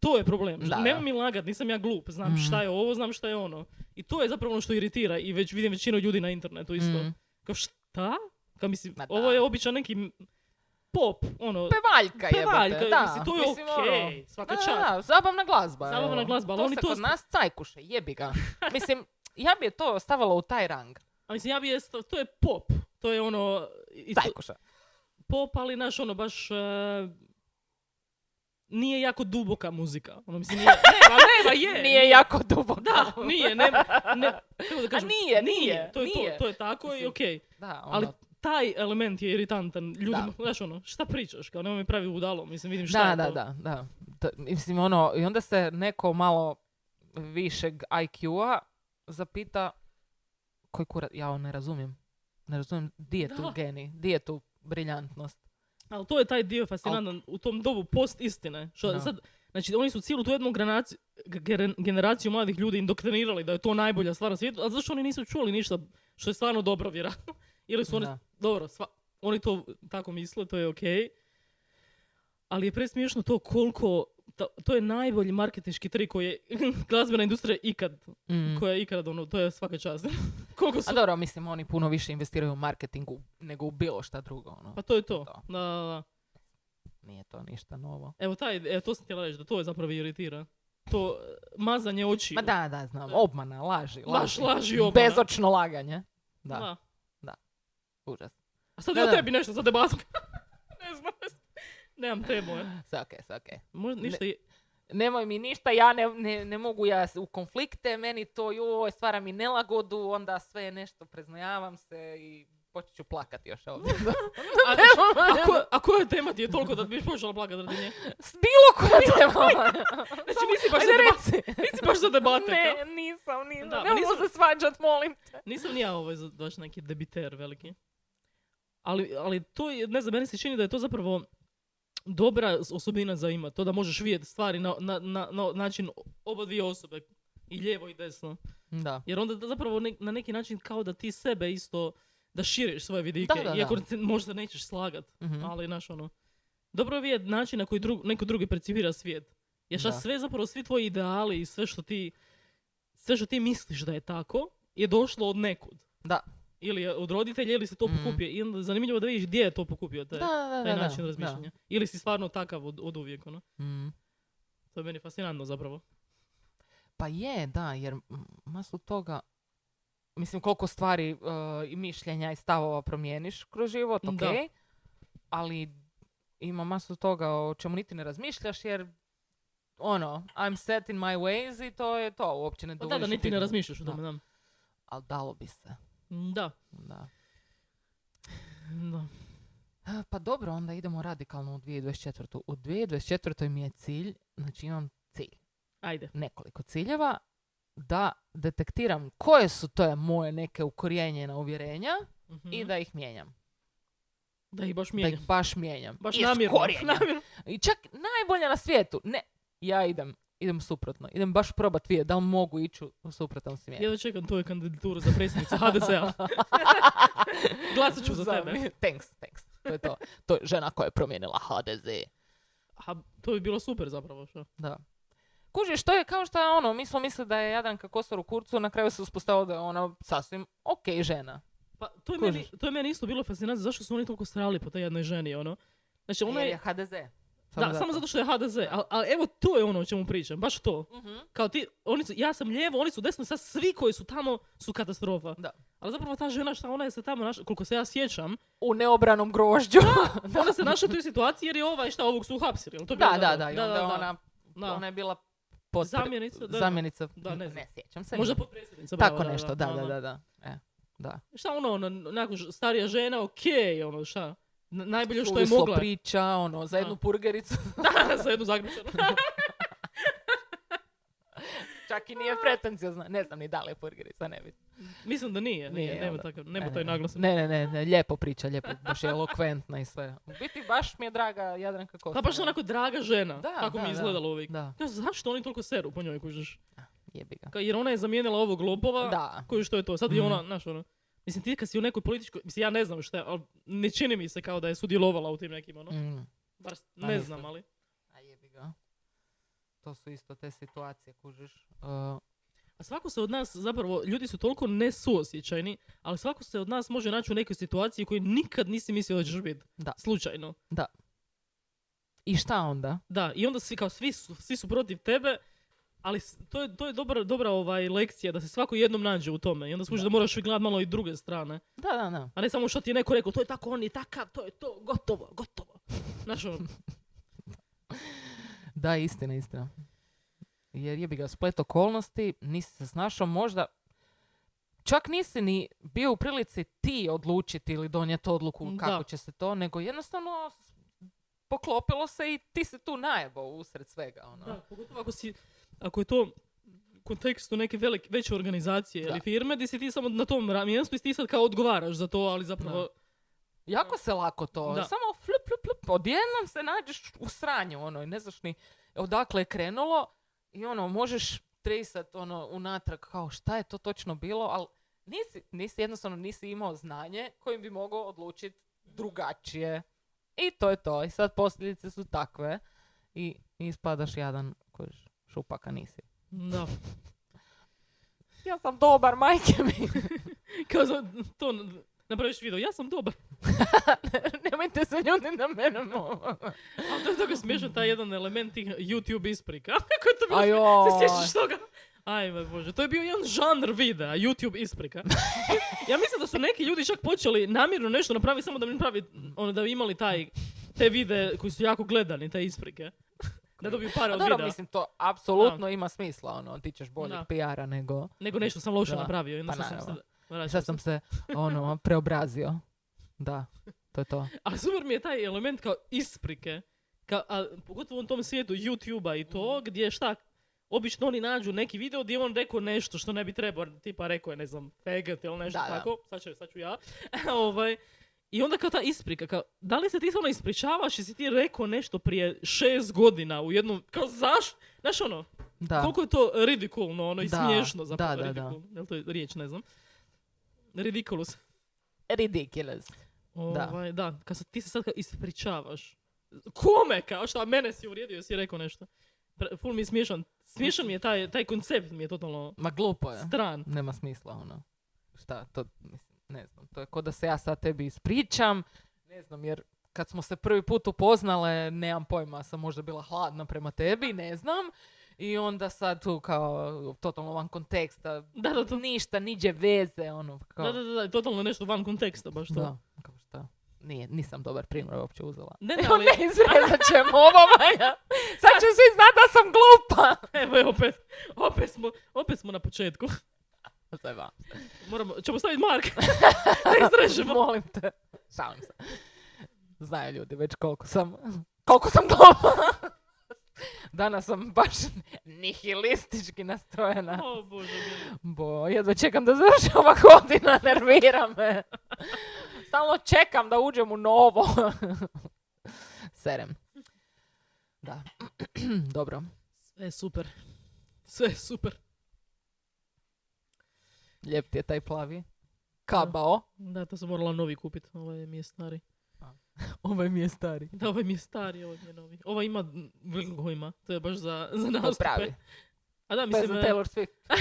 To je problem.
Da,
Nema
da.
mi lagat, nisam ja glup. Znam
Mhm.
šta je ovo, znam šta je ono. I to je zapravo ono što iritira i već vidim većinu ljudi na internetu isto.
Mm.
Kao šta? Kao mislim,
Ma da.
ovo je običan neki m- pop, ono,
Pevaljka jebote,
pevaljka,
da.
mislim, to je
Mislim, ono,
okej, svaka
Da,
čast.
da, da, zabavna glazba.
Zabavna
evo.
glazba, ali oni
se
to
kod
sp-
nas cajkuše, jebi
(laughs)
ga. Mislim, ja bi je to stavila u taj rang.
A mislim, ja bi je, stav- to je pop. To je ono, i to-
Cajkuša.
pop, ali naš ono baš... e, nije jako duboka muzika. Ono,
(laughs)
mislim, nije, nema, nema, je.
Nije jako duboko.
Da, nije, nema, ne, kako da kažem,
nije, nije,
to je,
nije.
To, to je tako i
Mislim,
okej.
Da, ono,
Ali taj element je iritantan ljudima, znaš ono, šta pričaš, kao nema mi pravi udalo, mislim, vidim šta
da,
je
da,
to.
da, da. Da, Mislim, ono, i onda se neko malo višeg IQ-a zapita koji kurac, ja ovo ne razumijem. Ne razumijem, di je tu
Da.
geni, di je tu briljantnost.
Ali to je taj dio fascinantan u tom dobu post istine. Što
Da.
sad, znači oni su cijelu tu jednu granaciju- g- geren- generaciju mladih ljudi indoktrinirali da je to najbolja stvar na svijetu, a zašto oni nisu čuli ništa što je stvarno dobro vjerojatno? Ili su oni,
Da.
dobro, sva- oni to tako misle, to je okej. Ali je presmiješno to koliko, ta- to je najbolji marketinški trik koji je (laughs) glazbena industrija ikad,
Mm.
koja je ikad, ono, to je svaka čast. (laughs) koliko su,
A dobro, mislim, oni puno više investiraju u marketingu nego u bilo šta drugo. Ono.
pa to je to.
Da.
Da, da, da.
Nije to ništa novo.
Evo taj, e, to sam htjela reći, da to je zapravo iritira. To e, mazanje očiju.
Ma da, da, znam. Obmana, laži.
Laž,
laži.
laž i obmana.
Bezočno laganje. Da.
Da.
Da. Užas.
A sad
Da,
ja
da.
tebi nešto za debatu. (laughs) ne znam. Nemam te moje.
Sve okej, sve okej.
Možda
(laughs)
ništa je...
Nemoj mi ništa, ja ne, ne, ne mogu ja s- u konflikte, meni to joj, stvara mi nelagodu, onda sve nešto preznojavam se i počet ću plakat još
(laughs)
ovdje.
A, a, ko- a koja tema ti je toliko da bi počela plakat radi nje?
S bilo koja tema.
Znači nisi (laughs) baš, za,
Ajde
deba-
reci.
(laughs) nisi baš za debate. kao?
Ne, nisam, nisam.
Da,
ne
pa
mogu
nisam-
se svađat, molim te.
Nisam ni ja ovaj za- baš neki debiter veliki. Ali, ali to je, ne znam, meni se čini da je to zapravo dobra osobina za imat. To da možeš vidjeti stvari na, na, na, na način oba dvije osobe. I lijevo i desno.
Da.
Jer onda da zapravo ne- na neki način kao da ti sebe isto, da širiš svoje vidike.
Da, da, da.
iako se možda nećeš slagat.
Mhm.
Ali, znaš, ono, dobro je vidjeti način na koji drug, neko drugi percipira svijet. Jer šta
Da.
sve, zapravo, svi tvoji ideali i sve što ti, sve što ti misliš da je tako, je došlo od nekud.
Da.
Ili je od roditelja, ili si to
Mhm.
pokupio. I onda je zanimljivo da vidiš gdje je to pokupio, taj,
Da, da, da,
taj
da,
način
da.
razmišljanja. Ili si stvarno takav od, od uvijek, ono.
Mhm.
To je meni fascinantno, zapravo.
Pa je, da, jer m, masu toga, mislim koliko stvari e, i mišljenja i stavova promijeniš kroz život,
Da.
ok, ali ima masu toga o čemu niti ne razmišljaš jer ono, I'm set in my ways i to je to, uopće ne
Pa da,
dubiš
da,
u
niti ne
pitanju.
razmišljaš o
Da.
tome, da.
Ali dalo bi se,
Da.
da.
da.
E, Pa dobro, onda idemo radikalno u 2024. U 2024. mi je cilj, znači imam cilj,
Ajde.
nekoliko ciljeva, da detektiram koje su to moje neke ukorijenjena uvjerenja
Mhm.
i da ih mijenjam.
Da ih baš
Da
mijenjam.
ih baš mijenjam.
Baš
Iz
namjerno.
korijenja.
Namjerno.
I čak najbolje na svijetu. Ne, ja idem. Idem suprotno. Idem baš probat vidjeti da li mogu ići u- u suprotan smjer.
Ja da čekam tvoju kandidaturu za
(laughs)
predsjednicu HDZ-a. Glasat ću za tebe.
Thanks, thanks. To je to. To je žena koja je promijenila HDZ.
A to bi bilo super zapravo. Što?
Da. Kužiš, to je kao što je ono, mi smo mislili da je Jadranka Kosor u kurcu, na kraju se uspostavilo da je ona sasvim ok žena.
Pa to je,
Kužiš.
meni, to je meni isto bilo fascinantno. Zašto su oni toliko strali po toj jednoj ženi, ono? Znači, ona
Jer
je...
je HDZ.
da, samo zato što je HDZ. Ali evo to je ono o čemu pričam. Baš to.
Mhm.
Kao ti, oni su, ja sam lijevo, oni su desno, sad svi koji su tamo su katastrofa.
Da.
Ali zapravo ta žena šta ona je se tamo našla, koliko se ja sjećam,
U neobranom grožđu. (laughs)
ona se našla u toj situaciji jer je ovaj šta ovog su uhapsili. jel to bilo
Da, da,
tako?
da. I onda ona,
Da.
ona je bila potpre-
Zamjenica, da, da.
zamjenica.
Da, ne znam.
sjećam se.
Možda
nije.
potpredsjednica.
Tako
bravo,
nešto, da, da,
ono.
da. da. E, da.
Šta ono, ono nakon ž- starija žena, okej, ono, šta? N- najbolje što je
Suvislo
mogla.
priča, ono, za jednu
Da.
purgericu. (laughs)
Da, (laughs) za jednu zagrešenu.
Čak i nije pretenciozna. Ne znam ni da li je purgerica, ne bi.
Mislim da nije, nije,
Nije,
nema,
onda.
takav, nema
E,
taj naglasak.
Ne, ne, ne, ne, lijepo priča, lijepo, baš je elokventna i sve. U biti baš mi je draga Jadranka Kosor.
Da, Pa baš onako draga žena,
Da,
tako
da,
mi je
da.
izgledalo uvijek.
Da,
Ja, zašto oni toliko seru po njoj, kužiš?
jebi ga.
Ka- Jer ona je zamijenila ovog lopova,
Da,
kužiš što je to. Sad je
Mhm.
ona, znaš, ono, mislim ti kad si u nekoj političkoj, mislim ja ne znam šta je, ali ne čini mi se kao da je sudjelovala u tim nekim, ono,
mm,
bar s-
Pa
ne
nisam.
znam, ali.
a jebi ga. To su isto te situacije, kužiš. Uh,
A svako se od nas, zapravo, ljudi su toliko nesuosjećajni, ali svako se od nas može naći u nekoj situaciji koju nikad nisi mislio da ćeš biti.
Da.
Slučajno.
I šta onda?
Da, i onda svi kao svi su, svi su protiv tebe, ali s- to je, to je dobra, dobra ovaj, lekcija da se svako jednom nađe u tome i onda skužiš da. moraš gledati malo i druge strane.
Da, da, da.
A ne samo što ti je neko rekao, to je tako, on je takav, to je to, gotovo, gotovo. Znaš ono,
Da, istina, istina. Jer je bi ga splet okolnosti, nisi se snašao, možda čak nisi ni bio u prilici ti odlučiti ili donijeti odluku
Da.
kako će se to, nego jednostavno s- poklopilo se i ti se tu najebo usred svega. Ono.
(laughs) da, pogotovo ako, si, ako je to u kontekstu neke velike, veće organizacije ili
Da.
firme, gdje si ti samo na tom ra- mjestu i ti sad kao odgovaraš za to, ali zapravo...
Jako se lako to,
Da.
samo flup, flup, flup, odjednom se nađeš u sranju, ono, i ne znaš ni odakle je krenulo i ono, možeš tresat ono, unatrag kao šta je to točno bilo, ali nisi, nisi jednostavno nisi imao znanje kojim bi mogao odlučiti drugačije. I to je to. I sad posljedice su takve. I i ispadaš jadan koji šupaka nisi.
Da. (laughs)
Ja sam dobar, majke mi. (laughs)
Kao za to napraviš video, ja sam dobar. (laughs)
Nemojte se ljudi na mene. mo-
A to je tako smiješno, taj jedan element tih YouTube isprika. (laughs) Kako je to
(laughs)
bilo
Ajoj.
smiješno? (laughs) Se sjećaš toga? Ajme bože, to je bio jedan žanr videa, YouTube
(laughs)
isprika. ja mislim da su neki ljudi čak počeli namjerno nešto napraviti samo da bi napravi, ono, da bi imali taj, te vide koji su jako gledani, te isprike. (laughs) Da dobiju pare
A
od
dobro,
videa.
mislim, to apsolutno ima smisla, ono, ti ćeš boljeg
Da.
PR-a nego...
Nego nešto sam loše
Da.
napravio. i onda
Pa
sam se-
naravno.
vraćao
(laughs) Sad sam
sam
se,
(laughs)
ono, preobrazio. Da, to je to.
Ali super mi je taj element kao isprike, ka, a, pogotovo u tom svijetu YouTube-a i to,
Mhm.
gdje šta, obično oni nađu neki video gdje je on rekao nešto što ne bi trebao, tipa rekao je, ne znam, fegat ili nešto
Da, da.
tako, Sad, ću, sad ću ja, (laughs) ovaj, i onda kao ta isprika, kao, da li se ti stvarno ispričavaš i si ti rekao nešto prije šest godina u jednom, kao zaš, znaš ono,
Da.
koliko je to ridikulno, ono, i
Da,
smiješno
da,
zapravo,
da, da.
ridiculno, jel to je riječ, ne znam, ridiculous.
Ridiculous. Da.
Ovaj, da. kad se- ti se sad kao ispričavaš. Kome kao šta, mene si uvrijedio, si rekao nešto. Pre- Ful mi je smiješan. Smiješan mi je taj, taj koncept, mi je totalno
Ma glupo je.
stran.
Nema smisla, ono. Šta, to, mislim, ne znam, to je ko da se ja sad tebi ispričam, ne znam, jer kad smo se prvi put upoznale, nemam pojma, sam možda bila hladna prema tebi, ne znam, i onda sad tu kao totalno van konteksta,
Da, da, to,
ništa, niđe veze, ono, kao,
da, da, da, da, totalno nešto van konteksta baš to.
Da, kao šta. Nije, nisam dobar primjer uopće (laughs) uzela.
Ne, ne,
Evo
ali,
ne, izrezat ćemo ovo, Maja. Sad će svi znat da sam glupa.
evo je opet, opet smo, opet smo na početku.
Zajebam se.
Moramo, ćemo staviti
(laughs)
Mark. da izrežemo.
Molim te. Šalim se. Znaju ljudi već koliko sam, koliko sam glupa. Danas sam baš nihilistički nastrojena.
O bože, mili.
Bo, jedva čekam da završi ova godina, (laughs) nervira me. Stalno čekam da uđem u novo. (laughs) Serem. Da. (clears throat) Dobro.
sve je super. Sve je super.
Lijep ti je taj plavi. Kabao.
Da, to sam morala novi kupiti, ovaj mi je stari.
Ovaj mi je stari.
(laughs) Da, ovaj mi je stari, ovaj mi je novi. Ova ima, veliko ima, to je baš za, za nastupe.
Popravi.
A da,
Mislim,
mislim, e,
Taylor Swift.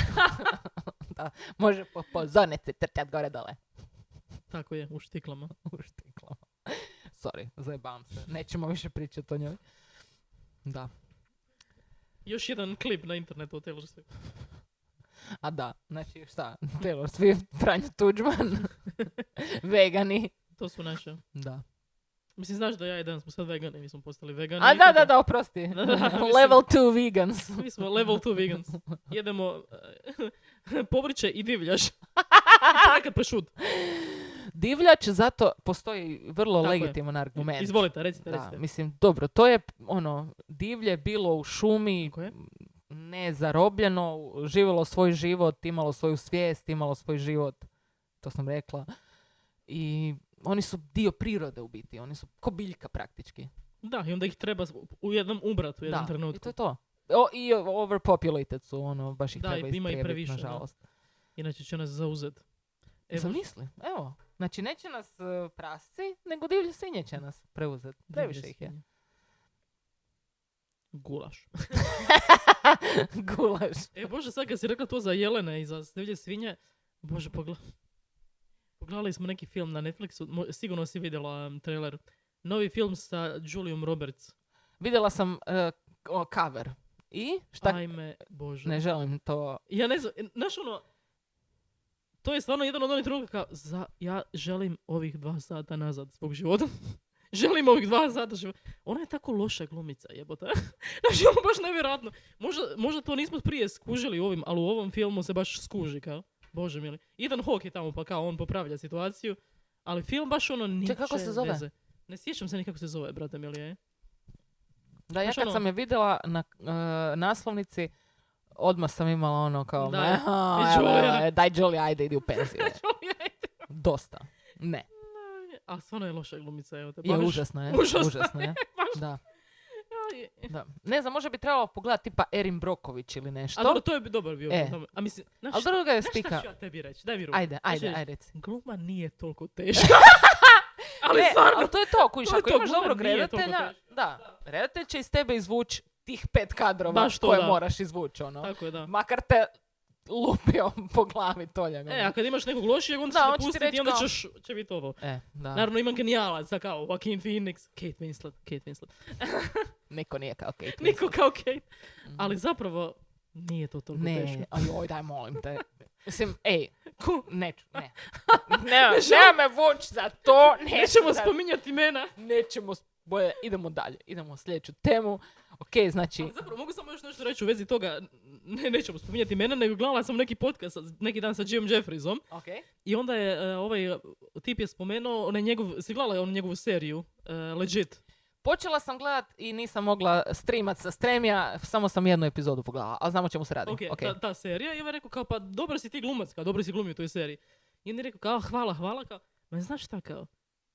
(laughs) da, može po, po zonici trčat gore dole. (laughs)
tako je, u štiklama.
U štiklama. Sorry, zajebam se. Nećemo više pričati o njoj. Da.
Još jedan klip na internetu o Taylor Swift.
A da, znači šta? (laughs) Taylor Swift, Franjo Tuđman,
(laughs)
vegani.
To su naše.
Da.
Mislim, znaš da ja i Dan smo sad vegani, mi smo postali vegani.
A da,
nikako.
da, da, oprosti. (laughs)
Da, da, mislim-
Level 2 vegans.
(laughs) Mi smo level 2 vegans. Jedemo eh, (laughs) povrće
(laughs)
i divljaš. I ponekad pršut.
Divljač, zato postoji vrlo
Tako je.
legitiman argument.
Izvolite, recite,
Da,
recite.
mislim, dobro, to je ono, divlje bilo u šumi,
Tako je.
ne zarobljeno, živjelo svoj život, imalo svoju svijest, imalo svoj život, to sam rekla. I oni su dio prirode u biti, oni su ko biljka praktički.
Da, i onda ih treba u jednom ubrat u jednom
Da, i
trenutku.
to je to. O, I overpopulated su, ono, baš ih
Da,
treba
i ima i
istrijebit,
previše, da.
nažalost.
Inače će nas zauzet. Evo,
Zamisli, evo. Znači, neće nas e, prasci, nego divlje svinje će nas preuzeti.
divlje
Previše ih je.
svinje. Gulaš.
(laughs) Gulaš.
E, bože, sad kad si rekla to za jelene i za divlje svinje, bože, pogla... pogledali smo neki film na Netflixu, mo- sigurno si vidjela um, trailer. Novi film sa Juliom Roberts.
Vidjela sam e, o, cover. I? Šta?
Ajme, bože.
Ne želim to.
Ja ne znam, e, znaš ono, to je stvarno jedan od onih trenutka kao, za, ja želim ovih dva sata nazad zbog života. (laughs) želim ovih dva sata života. Ona je tako loša glumica, jebote. (laughs) znači, ono baš nevjerojatno. Možda, možda to nismo prije skužili u ovim, ali u ovom filmu se baš skuži, kao. Bože mili. Ethan Hawke je tamo, pa kao, on popravlja situaciju. Ali film baš ono niče
kako se zove?
veze. Ne sjećam se ni kako se zove, brate mili, e.
Da, ja
Znaš
kad
ono-
sam je vidjela na e, naslovnici, odmah sam imala ono kao,
Da,
"Ma,
i
aha, evo,
Julia."
e, daj Julia, ajde, idi u
(laughs)
penziju. Dosta. Ne,
A stvarno je loša glumica, evo te.
je
baš-
užasno je.
užasno
Užasno
(laughs)
je. Da,
Aj,
da. Ne znam, može bi trebalo pogledati tipa Erin Broković ili
A dobro,
nešto.
to je bi dobar bio.
E.
film. A mislim, znaš,
Ali druga je
znaš šta
spika.
ću ja tebi reći? Daj mi ruku.
Ajde,
Znaš
ajde,
šta ću-
ajde. reci.
Gluma nije
(laughs)
toliko teška. ali
Ne,
stvarno.
ali to je to, kužiš,
To je
ako
to,
imaš
gluma
dobrog
nije toliko
redatelja,
teška.
da, redatelj će iz tebe izvući tih pet kadrova
Baš to,
koje
da.
moraš izvući, ono.
Tako je, da.
Makar te lupio po glavi ono. tolja.
E, a kad imaš nekog lošijeg, onda
Da,
ćeš
on će ti
napustiti
reći
i onda
kao-
ćeš, će biti ovo.
E, da.
Naravno, imam genijalac, za kao Joaquin Phoenix, Kate Winslet, Kate Winslet.
Niko nije kao Kate Winslet.
Niko kao Kate.
Mhm.
Ali zapravo, Nije to toliko teško.
Ne, a joj, daj molim te. Mislim, ej, ku, neću,
(laughs)
ne. Ne, ne me vuć za to, neću
Nećemo
za-
spominjati imena.
Nećemo, sp- boje, idemo dalje, idemo u sljedeću temu. Ok, znači,
Ali zapravo mogu samo još nešto reći u vezi toga, ne, nećemo spominjati imena, nego gledala sam neki podcast sa- neki dan sa Jim Jeffriesom
ok,
i onda je e, ovaj tip je spomenuo, onaj njegov, si gledala on njegovu seriju, e, Legit.
počela sam gledat i nisam mogla streamat sa stremija, samo sam jednu epizodu pogledala, a znamo o čemu se radi.
Ok,
Ok,
Ta, ta serija. I ovaj rekao kao, pa dobar si ti glumac, kao, dobro si glumi u toj seriji. I onda je rekao kao, hvala, hvala, kao, ma znaš šta, kao,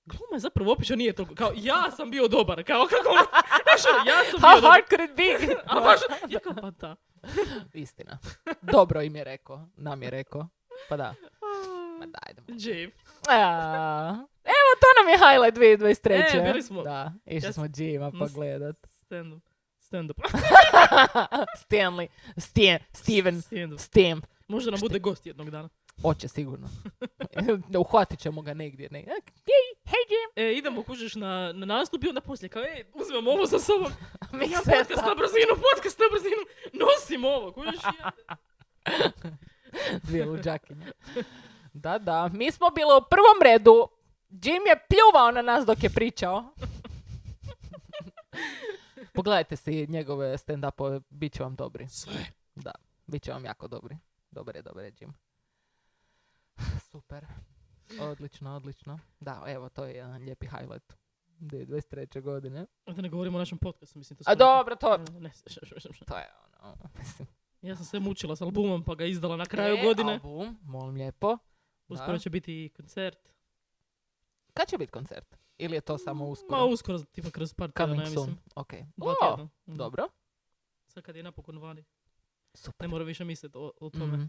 gluma zapravo opično nije toliko, kao, ja sam bio dobar, kao, (laughs) kako, znaš, ono, ja sam bio
How
dobar.
hard could it be?
(laughs) A baš, ja kao, pa da.
Istina. Dobro im je rekao, nam je rekao. Pa da, ma da, idemo.
Jim.
A, Evo, to nam je highlight 2023.
E, bili smo.
Da, išli
Ja
smo Jima
s-
pogledat.
Stand-up. Stand-up.
Stanley, Stan, (laughs) Steven,
Stand-up.
Stamp.
Možda nam bude gost jednog dana.
Oće (laughs) sigurno. da uhvatit ćemo ga negdje. Ne. E, Hej, hej Jim.
E, idemo kužiš na, na nastup i onda poslije kao, ej, uzmem ovo sa sobom.
(laughs) Mi
Ja
se
podcast na brzinu, podcast na brzinu. Nosim ovo, kužiš. i ja-
(laughs) dvije luđakinje. Da, da. Mi smo bili u prvom redu. Jim je pljuvao na nas dok je pričao. (laughs) Pogledajte si njegove stand-upove, bit će vam dobri.
Sve.
Da, bit će vam jako dobri. Dobre, dobre, Jim. (sighs) Super. Odlično, odlično. Da, evo, to je jedan lijepi highlight 2023. godine.
A Da ne govorimo o našem podcastu, mislim. To
A
stvarno-
dobro, to,
E, Ne, š- š- š- š-
to je ono, mislim.
ja sam se mučila s albumom pa ga izdala na kraju
E,
godine.
Album, molim lijepo.
Uskoro
da.
će biti i koncert.
Kad će biti koncert? Ili je to samo uskoro?
Mm, Ma uskoro, tipa kroz par tjedana,
Coming
ja
soon.
mislim.
Ok.
Dva
O,
tjedna. Mm.
Dobro.
Sad kad je napokon vani. Ne
Super.
moram više misliti o, o tome.
Mhm.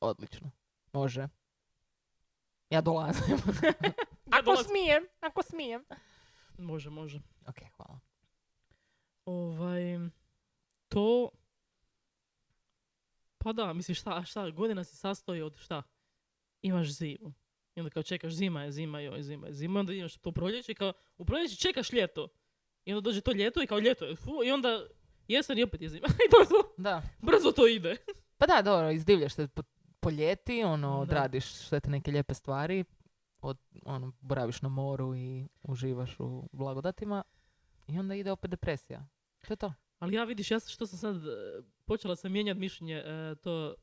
Odlično. Može. Ja dolazim.
(laughs) Ja dolazim-
smijem, ako smijem.
Može, može.
Ok, hvala.
Ovaj, to... Pa da, mislim šta, a šta, godina se sastoji od šta? Imaš zimu. I onda kao čekaš zima je, zima je, zima je, zima. Onda imaš to proljeće i kao u proljeće čekaš ljeto. I onda dođe to ljeto i kao ljeto je, fu, i onda jesen i opet je zima. (laughs) I to je to.
Da.
Brzo to ide.
Pa da, dobro, izdivljaš se po, po ljeti, ono,
Da.
odradiš sve te neke lijepe stvari, od, ono, boraviš na moru i uživaš u blagodatima i onda ide opet depresija. To je to.
Ali ja vidiš, ja s- što sam sad, e, počela sam mijenjati mišljenje, e, to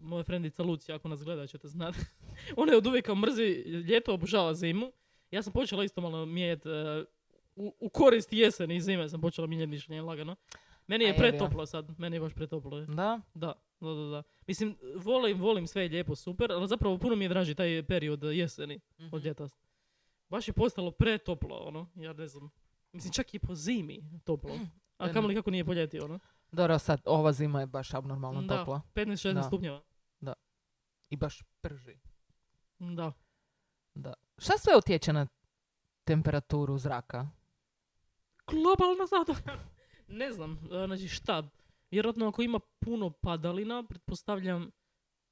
moja frendica Lucija, ako nas gleda ćete znati. (laughs) Ona je od uvijek mrzi ljeto, obožava zimu. Ja sam počela isto malo mijenjati, e, u, u korist jeseni i zime sam počela mijenjati mišljenje lagano. Meni
A
je
jebi ga.
pretoplo sad, meni je baš pretoplo. je.
Da,
Da, da, da, da. Mislim, volim, volim sve je lijepo, super, ali zapravo puno mi je draži taj period e, jeseni od ljeta. Baš je postalo pretoplo, ono, ja ne znam. Mislim, čak i po zimi toplo.
da,
A kamoli kako nije po ljeti, ono.
Dobro, sad ova zima je baš abnormalno
Da.
topla.
15-16
Da.
stupnjeva.
I baš prži.
Mm, Da.
Da. Šta sve utječe na temperaturu zraka?
Globalno zato. ne znam, e, znači šta? Vjerojatno ako ima puno padalina, pretpostavljam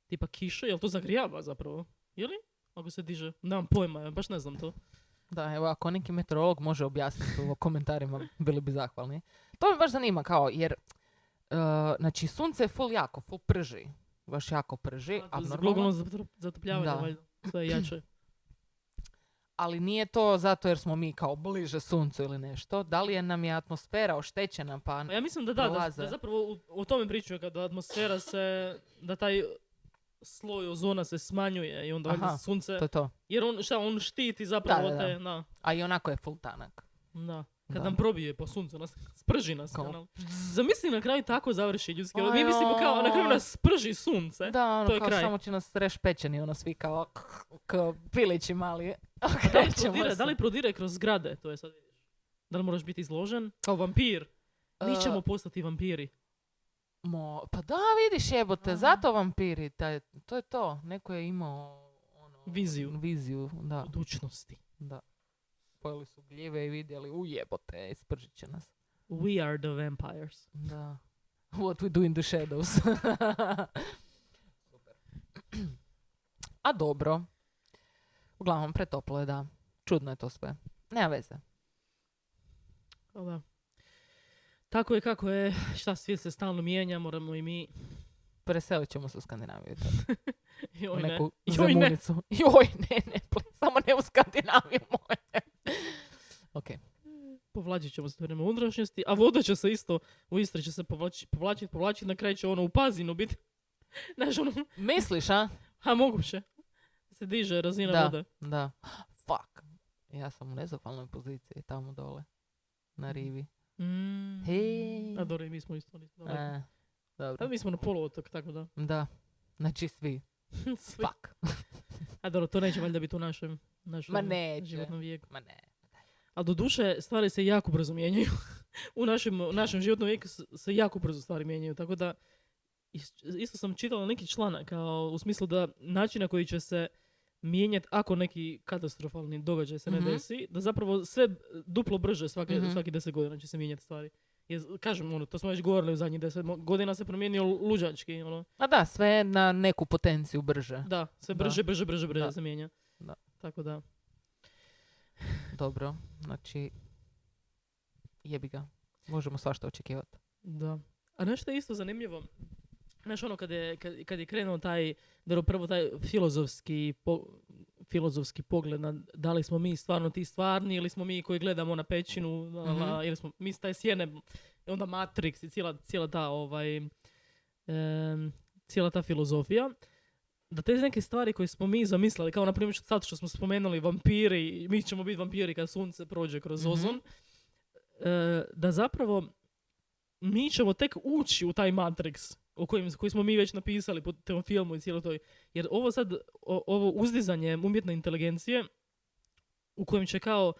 tipa kiše, jel to zagrijava zapravo? Ili? Ako se diže. Nemam pojma, ja baš ne znam to.
Da, evo, ako neki meteorolog može objasniti u komentarima, bili bi zahvalni. To me baš zanima, kao, jer, e, znači, sunce je full jako, full prži. Baš jako prži,
A, za Globalno
E, abnormalno.
zatr- zatopljavanje,
Da.
valjda. Sve je jače.
Ali nije to zato jer smo mi kao bliže suncu ili nešto. Da li je nam je atmosfera oštećena, pa...
Pa ja mislim da da, da,
Prolaze.
da zapravo u- o tome pričaju kada atmosfera se, da taj sloj ozona se smanjuje i onda valjda
Aha,
sunce,
To je to.
jer on, šta, on štiti zapravo
Da, da, da.
te, da.
A i onako je full tanak.
Da. Kad
Da.
nam probije po suncu, nas sprži nas.
Kao.
ono. Zamisli na kraju tako završi ljudski rod. Mi
Ajoj.
mislimo kao na kraju nas sprži sunce.
Da, ono,
to je
kao
kraj.
samo će nas reš pečeni, ono, svi kao, (laughs) k- kao pilići mali.
(laughs) Pa
(laughs)
Da li,
Okrećemo
prodire,
se.
da li prodire kroz zgrade? To je sad vidiš. Da li moraš biti izložen? Kao vampir. Mi
E,
ćemo postati vampiri.
Mo, pa da, vidiš jebote,
Aha.
zato vampiri, taj, to je to. Neko je imao ono,
Viziju.
Viziju, da,
Budućnosti.
da. Pojeli su gljive i vidjeli, u jebote, ispržit će nas.
We are the vampires.
Da. (laughs) What we do in the shadows. (laughs) (clears throat) A dobro. Uglavnom, pretoplo je, da. Čudno je to sve. Nema veze.
O, da. Tako je kako je, šta svijet se stalno mijenja, moramo i mi.
Preselit ćemo se u Skandinaviju. to. U
Joj, ne.
neku
Joj, ne.
zemunicu. (laughs) Joj, ne, ne, please, samo ne u Skandinaviju, molim. Ok.
Povlačit ćemo se prema unutrašnjosti, a voda će se isto, u Istri će se povlačiti, povlačiti, povlačiti, na kraju će ono u Pazinu biti. (laughs) Znaš, ono,
Misliš, a?
a moguće. Se diže razina
Da.
vode.
Da. Fuck. Ja sam u nezahvalnoj poziciji tamo dole. Na rivi.
Mm.
Hej.
A dobro, i mi smo isto. nismo daleko.
E,
A
dobro.
mi smo na poluotok,
(laughs)
tako da.
Da. Znači svi.
Svi-
Fuck.
A dobro, to neće valjda biti u našem, našem
Ma neće.
životnom vijeku.
Ma ne.
A do duše, stvari se jako brzo mijenjaju. (laughs) u našem, u našem životnom vijeku s- se jako brzo stvari mijenjaju, tako da is- isto sam čitala neki članak kao u smislu da način na koji će se mijenjati ako neki katastrofalni događaj se ne
Mhm.
desi, da zapravo sve duplo brže svake,
Mhm.
svaki deset godina će se mijenjati stvari. Jer, kažem, ono, to smo već govorili u zadnjih deset mo- godina se promijenio luđački, ono,
Ma da, sve na neku potenciju brže.
Da, sve
Da.
brže, brže, brže, brže
Da.
se mijenja.
Da.
Tako da.
(laughs) Dobro. Znači, jebi ga. Možemo svašta očekivati.
Da. A znaš što je isto zanimljivo? Znaš ono kad je, kad, kad je krenuo taj, dobro prvo taj filozofski, po- filozofski pogled na da li smo mi stvarno ti stvarni ili smo mi koji gledamo na pećinu la, la, la, ili smo mi s taj sjene, i onda Matrix i cijela, cijela ta ovaj, em, cijela ta filozofija da te neke stvari koje smo mi zamislili, kao na primjer sad što smo spomenuli vampiri, mi ćemo biti vampiri kad sunce prođe kroz
Mhm.
ozon, e, da zapravo mi ćemo tek ući u taj Matrix o kojim, koji smo mi već napisali po tom filmu i cijelo toj. Jer ovo sad, o- ovo uzdizanje umjetne inteligencije u kojem će kao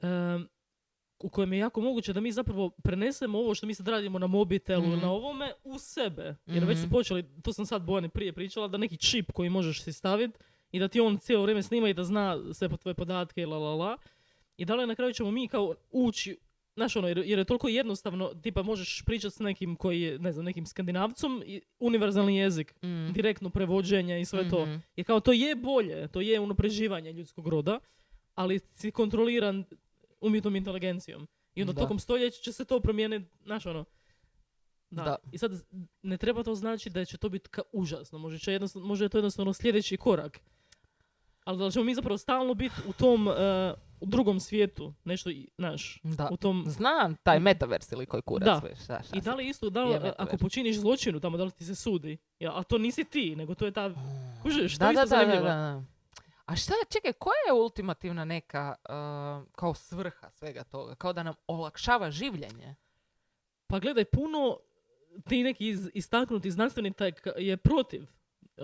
em, u kojem je jako moguće da mi zapravo prenesemo ovo što mi sad radimo na mobitelu ili
Mhm.
na ovome u sebe. Jer već su
Mhm.
počeli, to sam sad Bojani prije pričala, da neki čip koji možeš si staviti i da ti on cijelo vrijeme snima i da zna sve po tvoje podatke i la la la. I da li na kraju ćemo mi kao ući, znaš ono, jer, jer je toliko jednostavno, tipa možeš pričati s nekim koji je, ne znam, nekim skandinavcom, i univerzalni jezik,
Mm.
Mhm. direktno prevođenje i sve to.
Mhm.
Jer kao to je bolje, to je unapređivanje ljudskog roda, ali si kontroliran umjetnom inteligencijom. I onda
Da.
tokom stoljeća će se to promijeniti, znaš ono. Da.
Da.
I sad ne treba to znači da će to biti ka- užasno. Može, će jednostavno, može je to jednostavno sljedeći korak. Ali da li ćemo mi zapravo stalno biti u tom eh, u drugom svijetu, nešto, i- znaš,
Da.
u tom...
Znam taj metavers ili koji kurac.
Da.
već, šta, šta
I da
sad.
li isto, da li,
Jebe to
ako
već.
počiniš zločinu tamo, da li ti se sudi? Ja, a to nisi ti, nego to je ta... Kužiš, to
da,
je
da, da,
isto
da,
zanimljivo.
da. A šta, čekaj, koja je ultimativna neka uh, kao svrha svega toga? Kao da nam olakšava življenje?
Pa gledaj, puno ti neki iz, istaknuti znanstveni tak je protiv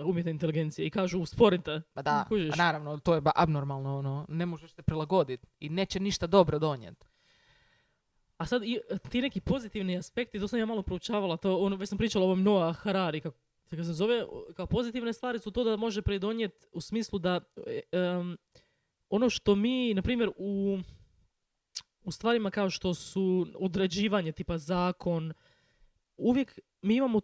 umjetne inteligencije i kažu usporite.
Pa da,
Kužiš.
a naravno, to je ba- abnormalno, ono, ne možeš se prilagoditi i neće ništa dobro donijeti.
A sad i, e, ti neki pozitivni aspekti, to sam ja malo proučavala, to ono, već sam pričala o ovom Noah Harari, kako kako se zove, kao pozitivne stvari su to da može pridonijeti u smislu da e, em, ono što mi, na primjer, u, u stvarima kao što su određivanje, tipa zakon, uvijek mi imamo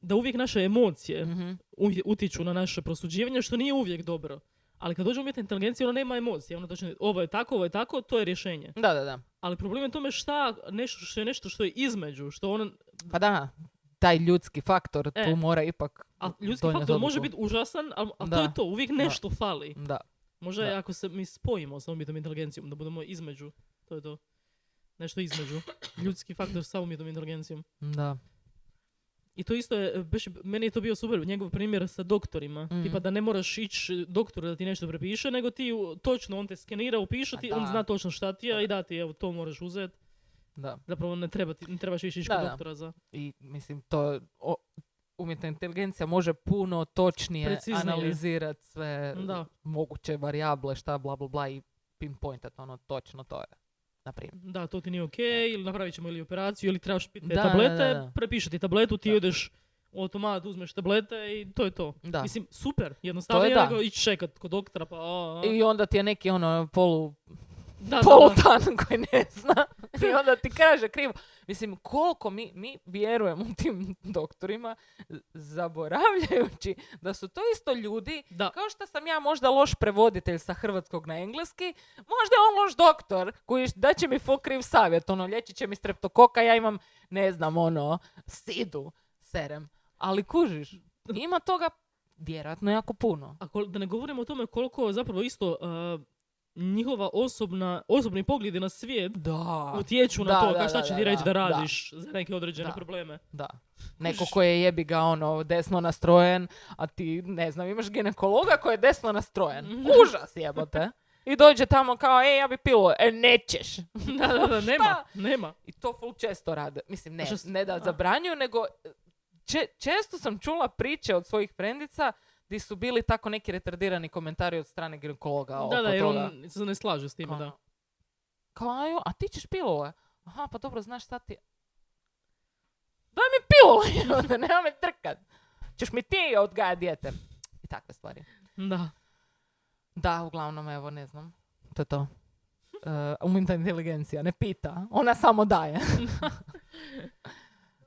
da uvijek naše emocije
Mhm.
uvje- utječu na naše prosuđivanje, što nije uvijek dobro. Ali kad dođe umjetna inteligencija, ona nema emocije. Ona točno, ovo je tako, ovo je tako, to je rješenje.
Da, da, da.
Ali problem je u tome šta, nešto što je nešto što je između, što ono, ona,
Pa da, taj ljudski faktor
E.
tu mora ipak
a ljudski
donijeti
faktor može
odluku.
biti užasan, ali a
Da.
to je to, uvijek nešto fali.
Da,
Možda
Da.
je ako se mi spojimo sa umjetnom inteligencijom, da budemo između, to je to. Nešto između. Ljudski faktor sa umjetnom inteligencijom.
da.
I to isto je, e, baš, meni je to bio super, njegov primjer sa doktorima.
Mhm.
Tipa da ne moraš ići doktoru da ti nešto prepiše, nego ti u- točno, on te skenira, upiše
Pa
ti,
da.
on zna točno šta
Pa
ti je
da.
i da ti, evo, to moraš uzeti.
da.
Zapravo ne, treba ti, ne trebaš više ići
Da,
kod
da.
doktora za...
I mislim, to o, umjetna inteligencija može puno točnije
Preciznije.
analizirati sve
Da.
moguće varijable, šta, bla, bla, bla i pinpointat ono točno to je. Na primjer.
Da, to ti nije okej, ili napravit ćemo ili operaciju, ili trebaš piti te
Da, da,
tablete,
da, da.
prepiše ti tabletu, ti
Da.
odeš u automat, uzmeš tablete i to je to.
Da.
Mislim, super, jednostavnije
da.
nego ići čekat kod doktora, pa... a, a.
I onda ti je neki ono polu
Da, da, da.
(laughs) polutan koji ne zna i onda ti kaže krivo. Mislim, koliko mi, mi vjerujemo tim doktorima, zaboravljajući da su to isto ljudi,
Da.
kao što sam ja možda loš prevoditelj sa hrvatskog na engleski, možda je on loš doktor koji da će mi full kriv savjet, ono, lječit će mi streptokoka, ja imam, ne znam, ono, sidu, serem. Ali kužiš, ima toga vjerojatno jako puno.
A kol- da ne govorimo o tome koliko zapravo isto e, njihova osobna, osobni pogledi na svijet
Da.
utječu
Da,
na to
da,
ka-
da,
šta će
da,
ti reći
da,
da radiš za neke određene
Da. (laughs)
probleme.
Da. Neko ko je jebi ga ono desno nastrojen, a ti ne znam, imaš ginekologa koji je desno nastrojen. Užas jebote. I dođe tamo kao, e, ja bi pilo, e, nećeš.
da, da, da, nema, nema.
I to ful često rade. Mislim, ne,
A što s-
ne da
a.
zabranjuju, nego če- često sam čula priče od svojih frendica di su bili tako neki retardirani komentari od strane ginekologa oko
Da, da, jer
toga.
on se ne slaže s time,
Kao,
da.
Kao, "Aju, a ti ćeš pilule? Aha, pa dobro, znaš šta ti... Daj mi pilule, (laughs) onda nema me trkat. Ćeš mi ti odgajati dijete. I takve stvari.
Da.
Da, uglavnom, evo, ne znam. To je to. E, umjetna inteligencija ne pita, ona samo daje. (laughs)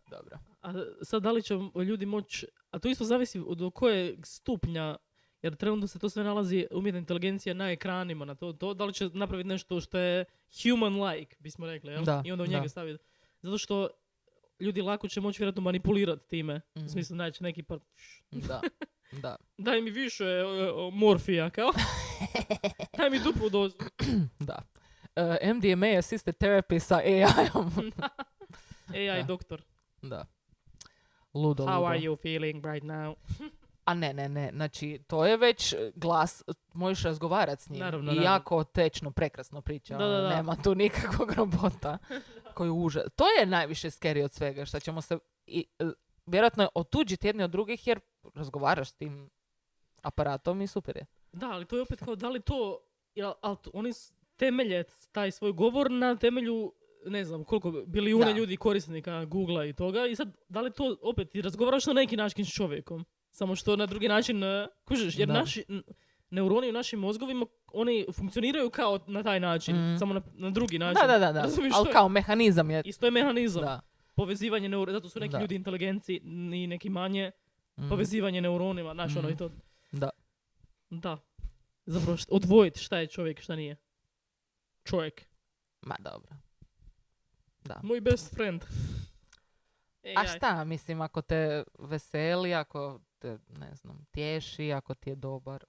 dobro.
A sad da li će ljudi moći, a to isto zavisi od do kojeg stupnja, jer trenutno se to sve nalazi umjetna inteligencija na ekranima, na to, to da li će napraviti nešto što je human-like, bismo rekli, jel?
Da,
I onda u
da.
njega staviti. Zato što ljudi lako će moći vjerojatno manipulirati time.
Mhm.
U smislu, naći neki par,
Da, da,
daj mi više e, e,
(laughs)
morfija, kao. daj mi duplu dozu.
da. E, MDMA assisted therapy sa AI-om.
AI
Da.
doktor,
(laughs) Da. Ludo,
how
ludo.
are you feeling right now?
A ne, ne, ne. Znači, to je već e, glas, e, možeš razgovarati s njim.
Naravno,
I
naravno.
jako tečno, prekrasno priča.
Da,
ono,
da, da.
Nema tu nikakvog (laughs) robota koji uža. To je najviše scary od svega, što ćemo se i, e, vjerojatno otuđiti jedni od drugih jer razgovaraš s tim aparatom i super je.
Da, ali to je opet kao da li to, jel, ali to- oni s- temelje taj svoj govor na temelju, ne znam koliko, bilijuna
Da.
ljudi korisnika Google i toga i sad da li to opet ti razgovaraš na neki način s čovjekom, samo što na drugi način e, kužiš, jer
Da.
naši n- neuroni u našim mozgovima, oni funkcioniraju kao na taj način,
Mhm.
samo na, na drugi način.
Da, da, da, da.
Razumiješ što
Ali
je?
kao mehanizam je.
Isto je mehanizam,
Da.
povezivanje neurona, zato su neki
Da.
ljudi inteligenci i neki manje,
Mm.
povezivanje neuronima, znaš ono
Mhm.
i to.
Da.
Da. Zapravo št- odvojiti šta je čovjek, šta nije. Čovjek.
Ma dobro.
Moj best friend.
A šta, mislim, ako te veseli, ako te, ne znam, tješi, ako ti je dobar.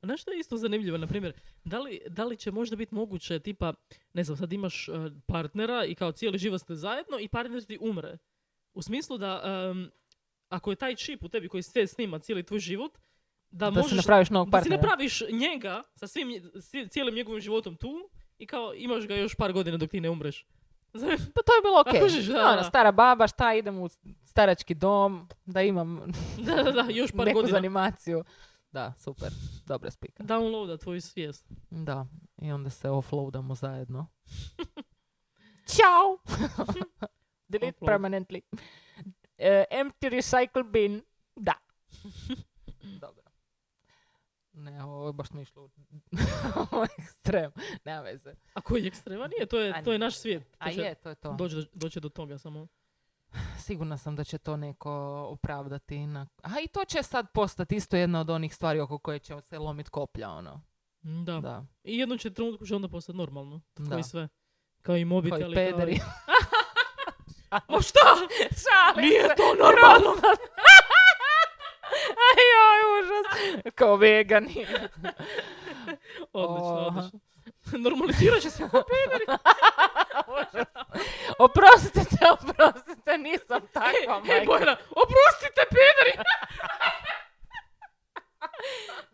A Znaš što je isto zanimljivo, na primjer, da li, da li će možda biti moguće, tipa, ne znam, sad imaš e, partnera i kao cijeli život ste zajedno i partner ti umre. U smislu da, em, ako je taj čip u tebi koji sve snima cijeli tvoj život, da,
Da, si
možeš
napraviš novog
da si
partnera.
napraviš njega sa svim, nje- svi- cijelim njegovim životom tu i kao imaš ga još par godina dok ti ne umreš. (laughs) Znaš,
Pa to je bilo okej.
kužiš, da,
Ono,
da.
stara baba, šta, idem u starački dom, da imam
da, da, da, još par
neku
godina.
zanimaciju. Da, super. Dobra spika.
Downloada tvoju svijest.
Da. I onda se offloadamo zajedno. (laughs) Ćao! Delete
Offload.
permanently. E, empty recycle bin. Da. (laughs) Dobro. Ne, ovo je baš mi išlo (laughs) u u ekstrem. Nema veze.
A koji je ekstreman nije, to
A
je, to je
nije.
naš svijet.
A je, to je to.
Doći do, doći do toga samo.
Pa Sigurna sam da će to neko opravdati. Na... A i to će sad postati isto jedna od onih stvari oko koje će se lomit koplja, ono.
Mm, Da.
Da.
I jednom će trenutku će onda postati normalno.
Da.
Koji sve. Kao i
Koji
mobiteli. Kao
pederi.
i... (laughs) Ma šta?
Šalim
Nije
se.
to
(laughs)
normalno!
Ajoj, užas. Kao vegani.
odlično,
O.
odlično. (laughs) Normalizirat će se ko
(laughs)
pederi.
oprostite, oprostite, nisam takva,
(laughs) Ej,
majka.
ej, Bojana, oprostite pederi!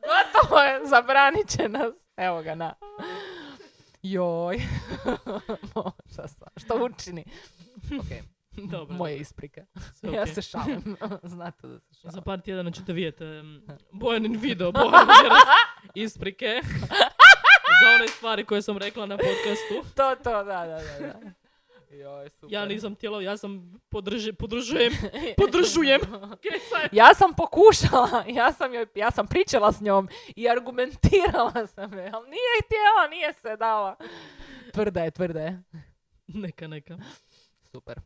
Gotovo je, zabranit će nas. Evo ga, na. Joj. (laughs) Možda sam. Što učini? Ok,
Dobro,
moje isprike.
sve
Ja
okej.
se šalim. (laughs) Znate da se šalim.
Za par tjedana ćete vidjeti em, Bojanin video, Bojan (laughs) Vjeras,
(laughs)
isprike za one stvari koje sam rekla na podcastu.
To, to, da, da, da. da. Joj, super.
Ja nisam htjela, ja sam podrži, podržujem,
(laughs)
podržujem. Kaj sad?
(laughs) Ja sam pokušala, ja sam, joj, ja sam pričala s njom i argumentirala sam je, ali nije htjela, nije se dala. Tvrda je, tvrda je.
neka, neka.
super.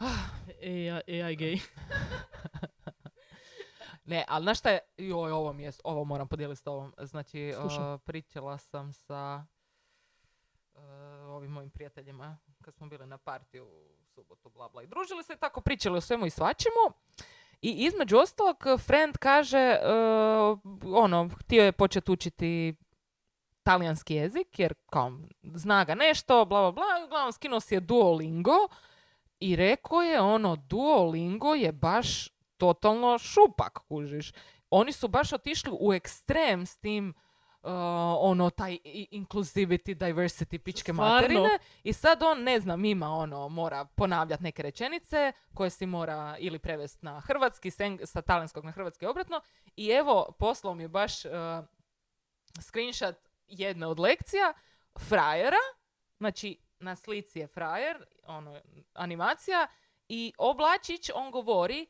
AI, AI gay.
Ne, ali znaš šta je, joj, ovo mi je, ovo moram podijeliti s tobom. Znači,
Slušam.
uh, pričala sam sa uh, ovim mojim prijateljima kad smo bili na partiju u subotu, bla, bla. I družili se i tako, pričali o svemu i svačemu. I između ostalog, friend kaže, uh, ono, htio je početi učiti talijanski jezik, jer kao, zna ga nešto, bla, bla, bla. I uglavnom, skinuo si je Duolingo i rekao je, ono, Duolingo je baš totalno šupak, kužiš. Oni su baš otišli u ekstrem s tim uh, ono, taj i- inclusivity, diversity, pičke
Stvarno?
materine. I sad on, ne znam, ima ono, mora ponavljati neke rečenice koje si mora ili prevesti na hrvatski, s eng- sa talijanskog na hrvatski obratno. I evo, poslao mi je baš uh, screenshot jedne od lekcija frajera. Znači, na slici je frajer, ono, animacija. I oblačić, on govori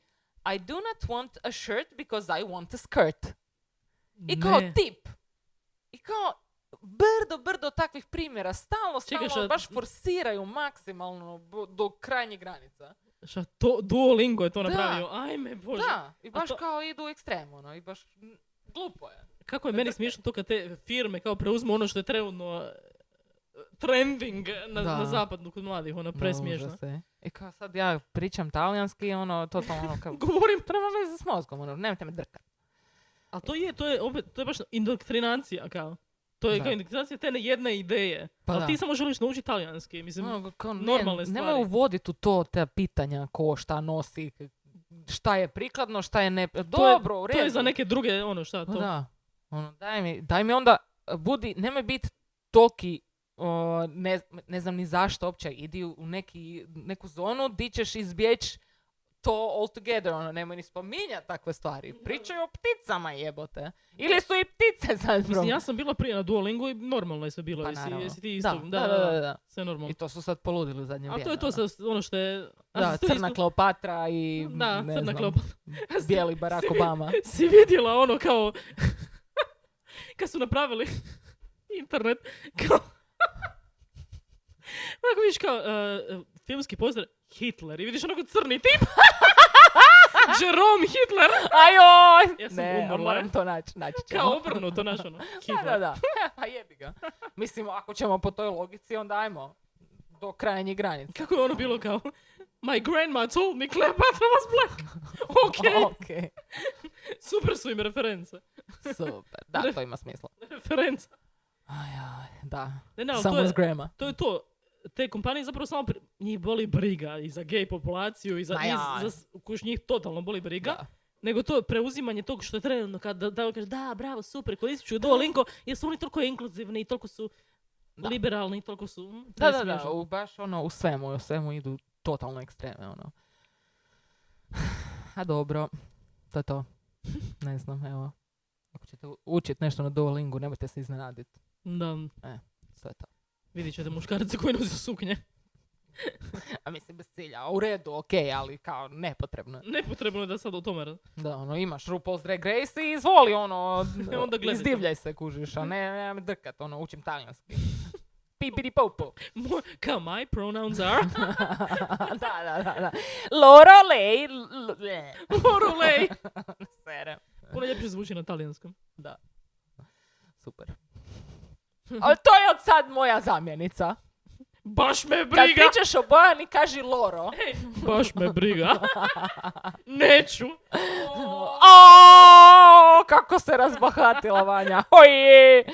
I do not want a shirt because I want a skirt. I kao
Ne.
tip. I kao brdo, brdo takvih primjera. Stalno, stalno
Čekaj, šta-
baš forsiraju maksimalno bu- do krajnjih granica.
Šta, to, Duolingo je to
Da.
napravio. Ajme, bože.
Da, i baš
to-
kao idu u ekstrem, ono, i baš m, glupo je.
Kako je
Dakle-
meni smiješno to kad te firme kao preuzmu ono što je trenutno eh, trending na,
Da.
na zapadu kod mladih, ono presmiješno.
I E, kao sad ja pričam talijanski, ono, totalno ono, kao,
(laughs) Govorim,
treba veze s mozgom, ono, nemojte me drkat.
a to je, to je, opet, to je baš indoktrinacija kao. To je
Da.
kao indoktrinacija te ne jedne ideje.
Pa
ali
da.
ti samo želiš naučiti talijanski, mislim.
Ono, kao, ne,
normalne
Nemoj
stvari.
uvoditi u to te pitanja ko šta nosi, šta je prikladno, šta je ne... Dobro, u
To je
redu.
za neke druge, ono šta,
Pa
to.
Da. Ono, daj, mi, daj mi onda, budi, nemoj biti toki, o, ne, ne znam ni zašto uopće, idi u neki, neku zonu di ćeš izbjeći to all together, ono, nemoj ni spominjati takve stvari. Pričaju o pticama jebote. Ili su i ptice sad
Mislim, ja sam bila prije na Duolingu i normalno je sve bilo.
Pa
jesi,
naravno.
jesi ti isto?
Da, da, da, da, da.
Sve normalno.
I to su sad poludili u zadnje
A
vrijeme.
to je to
ono.
sa, ono što je... a
Da,
jesi to
crna
isto-
Kleopatra i
Da,
ne
crna
znam,
klopa. (laughs)
bijeli Barack
Svi-
Obama.
(laughs) si vidjela ono kao (laughs) kad su napravili (laughs) internet kao (laughs) onako vidiš kao uh, filmski pozdrav Hitler i vidiš onako crni tip (laughs) Jerome Hitler
Ajoj!
Ja sam
ne,
umrla.
moram to naći. Naći ćemo.
kao obrnuto naš ono
(laughs)
Hitler
Da, da, da. (laughs) Pa jebi ga. Mislim, ako ćemo po toj logici, onda ajmo do krajnjih granica.
kako je ono bilo kao My grandma told me Cleopatra was
(laughs)
black Ok,
Ok.
super su im reference
Super. Da, to ima smisla.
reference
Aj, aj, da.
ne, ne, ali to
Samo
je,
s grema.
to je to. Te kompanije zapravo samo pri- njih boli briga i za gej populaciju i za,
Ma
i
ja.
za s- kuš njih totalno boli briga.
Da.
Nego to je preuzimanje tog što je trenutno kad da, da kaže da, bravo, super, koristit ću Duolingo jer su oni toliko inkluzivni i toliko su
Da.
liberalni i toliko su... mm, to
Da,
je
da, da.
smiješno.
U, baš ono, u svemu, u svemu idu totalno ekstreme, ono. (sighs) A dobro. To je to. Ne znam, evo. Ako ćete učiti nešto na Duolingu, nemojte se iznenaditi.
Da,
Sve to.
vidit ćete muškarce koji nose suknje. (laughs)
A mislim, bez cilja. U redu, okej, ali kao nepotrebno. je.
Nepotrebno je da sad o tome... raz-
Da, ono, imaš RuPaul's Drag Race i izvoli, (laughs) ono,
E, onda gledaj to.
izdivljaj se, kužiš, a ne, ne, me drkat, ono, učim talijanski. Pipidi popo.
Mo- Kao, my pronouns are...
(laughs)
(laughs)
da, da, da, da. Loro lei, l- (laughs) le.
Orolej!
Serem.
Puno ljepše zvuči na talijanskom.
Super. Ali to je od sad moja zamjenica.
Baš me
Kad
briga!
pričaš o Bojani, kaži Loro.
Ej, baš me briga.
(laughs)
Neću.
O, kako se razbahatila Vanja. Oje.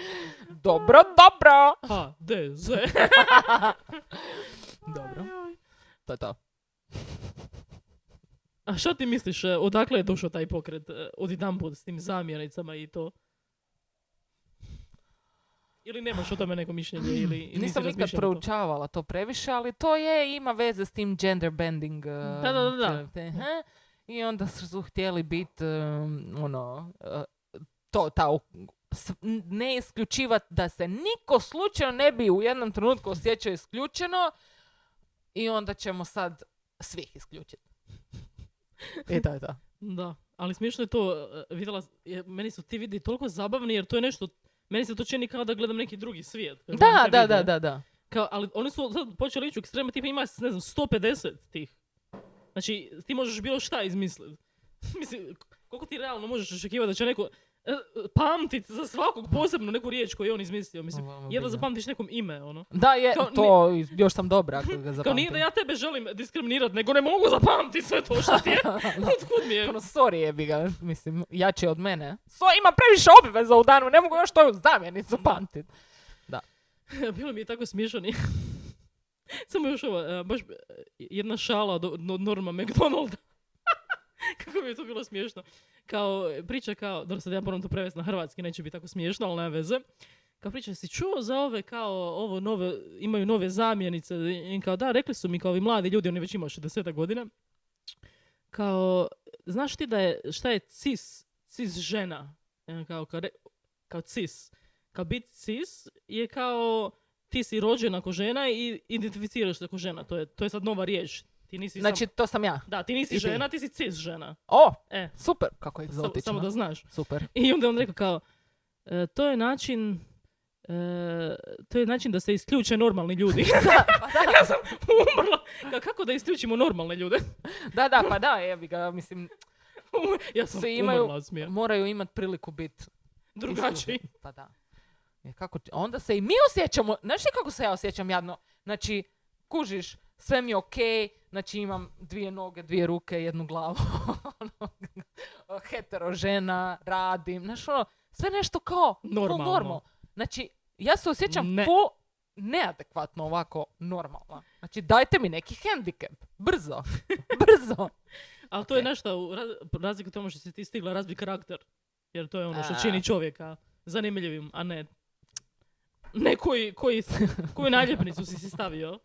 Dobro, dobro.
A, D, Z.
Dobro, to je to.
A šta ti misliš, e, odakle je došao taj pokret e, od jedanput s tim zamjenicama i to? Ili nemaš o tome
(clears throat)
neko mišljenje ili ili nisi
Nisam nikad
razmišljala o tome?
proučavala to previše, ali to je, ima veze s tim gender bending. eh,
Da, da, da, da.
te- he. I onda su htjeli biti, ono, eh, to, ta, u- s- n- ne isključivati da se niko slučajno ne bi u jednom trenutku osjećao isključeno i onda ćemo sad svih isključiti.
E,
I to je to.
Da, ali smiješno je to, e, vidjela, s- je- meni su ti vidi toliko zabavni jer to je nešto, meni se to čini kao da gledam neki drugi svijet. kad
Da,
gledam te
da,
videe.
da, da, da.
Kao, ali oni su sad počeli ići u ekstreme, tipa ima, ne znam, 150 tih. Znači, ti možeš bilo šta izmisliti. (laughs) Mislim, koliko ti realno možeš očekivati da će neko e, pamtit za svakog posebno neku riječ koju je on izmislio, mislim.
Ovo je bilja.
Jedva zapamtiš nekom ime, ono.
Da, je,
Kao ni-
to, još sam dobra
(laughs)
ako ga
Kao nije
zapamtim.
da ja tebe želim diskriminirat, nego ne mogu zapamtit sve to što
(laughs)
ti je. (laughs) Otkud mi je? (laughs)
Ono, sorry je bi ga, mislim, jače od mene. So, ima previše obveza u danu, ne mogu još to u
Mm.
zamjenicu pamtit.
Bilo mi je tako smiješno. i- (laughs) Samo još ova, e, baš e, jedna šala od od Norma McDonalda. Kako mi je to bilo smiješno. Kao, e, priča kao, dobro sad ja moram to prevesti na hrvatski, neće biti tako smiješno, ali nema veze. Kao priča, si čuo za ove kao, ovo nove, imaju nove zamjenice. I kao, da, rekli su mi kao ovi mladi ljudi, oni već imaju 60 godina. Kao, znaš ti da je, šta je cis, cis žena? E, Kao, kao, re- kao cis kao biti cis je kao ti si rođena kao žena i identificiraš se kao žena. To je, to je sad nova riječ. Ti nisi sam-
Znači, to sam ja.
da, ti nisi
i ti.
žena, ti si cis žena.
O,
E,
super, kako je
sam-
egzotično.
samo da znaš. (laughs)
Super.
I onda je on rekao kao, e, to je način e, to je način da se isključe normalni
(laughs)
ljudi.
pa
ja sam umrla. Kao, kako da isključimo normalne ljude? (laughs)
Da, da, pa da, jebi ga, mislim,
ja sam
Svi imaju-
umrla od smijeha.
moraju imat priliku biti
Drugačiji.
Pa da. Jer kako ti- onda se i mi osjećamo, znaš ti kako se ja osjećam jadno? Znači, kužiš, sve mi je okej, znači imam dvije noge, dvije ruke, jednu glavu, (laughs) ono, hetero žena, radim, znaš ono, sve nešto kao full
Normalno.
normal. Znači, ja se osjećam
Ne.
full neadekvatno ovako normalno. Znači, dajte mi neki hendikep, brzo, (laughs) brzo.
Ali to je
Ok.
nešto, u raz- razlika u tome što si ti stigla razbiti karakter. Jer to je ono što
A.
čini čovjeka zanimljivim, a ne ne koji, koji, koju naljepnicu si si stavio.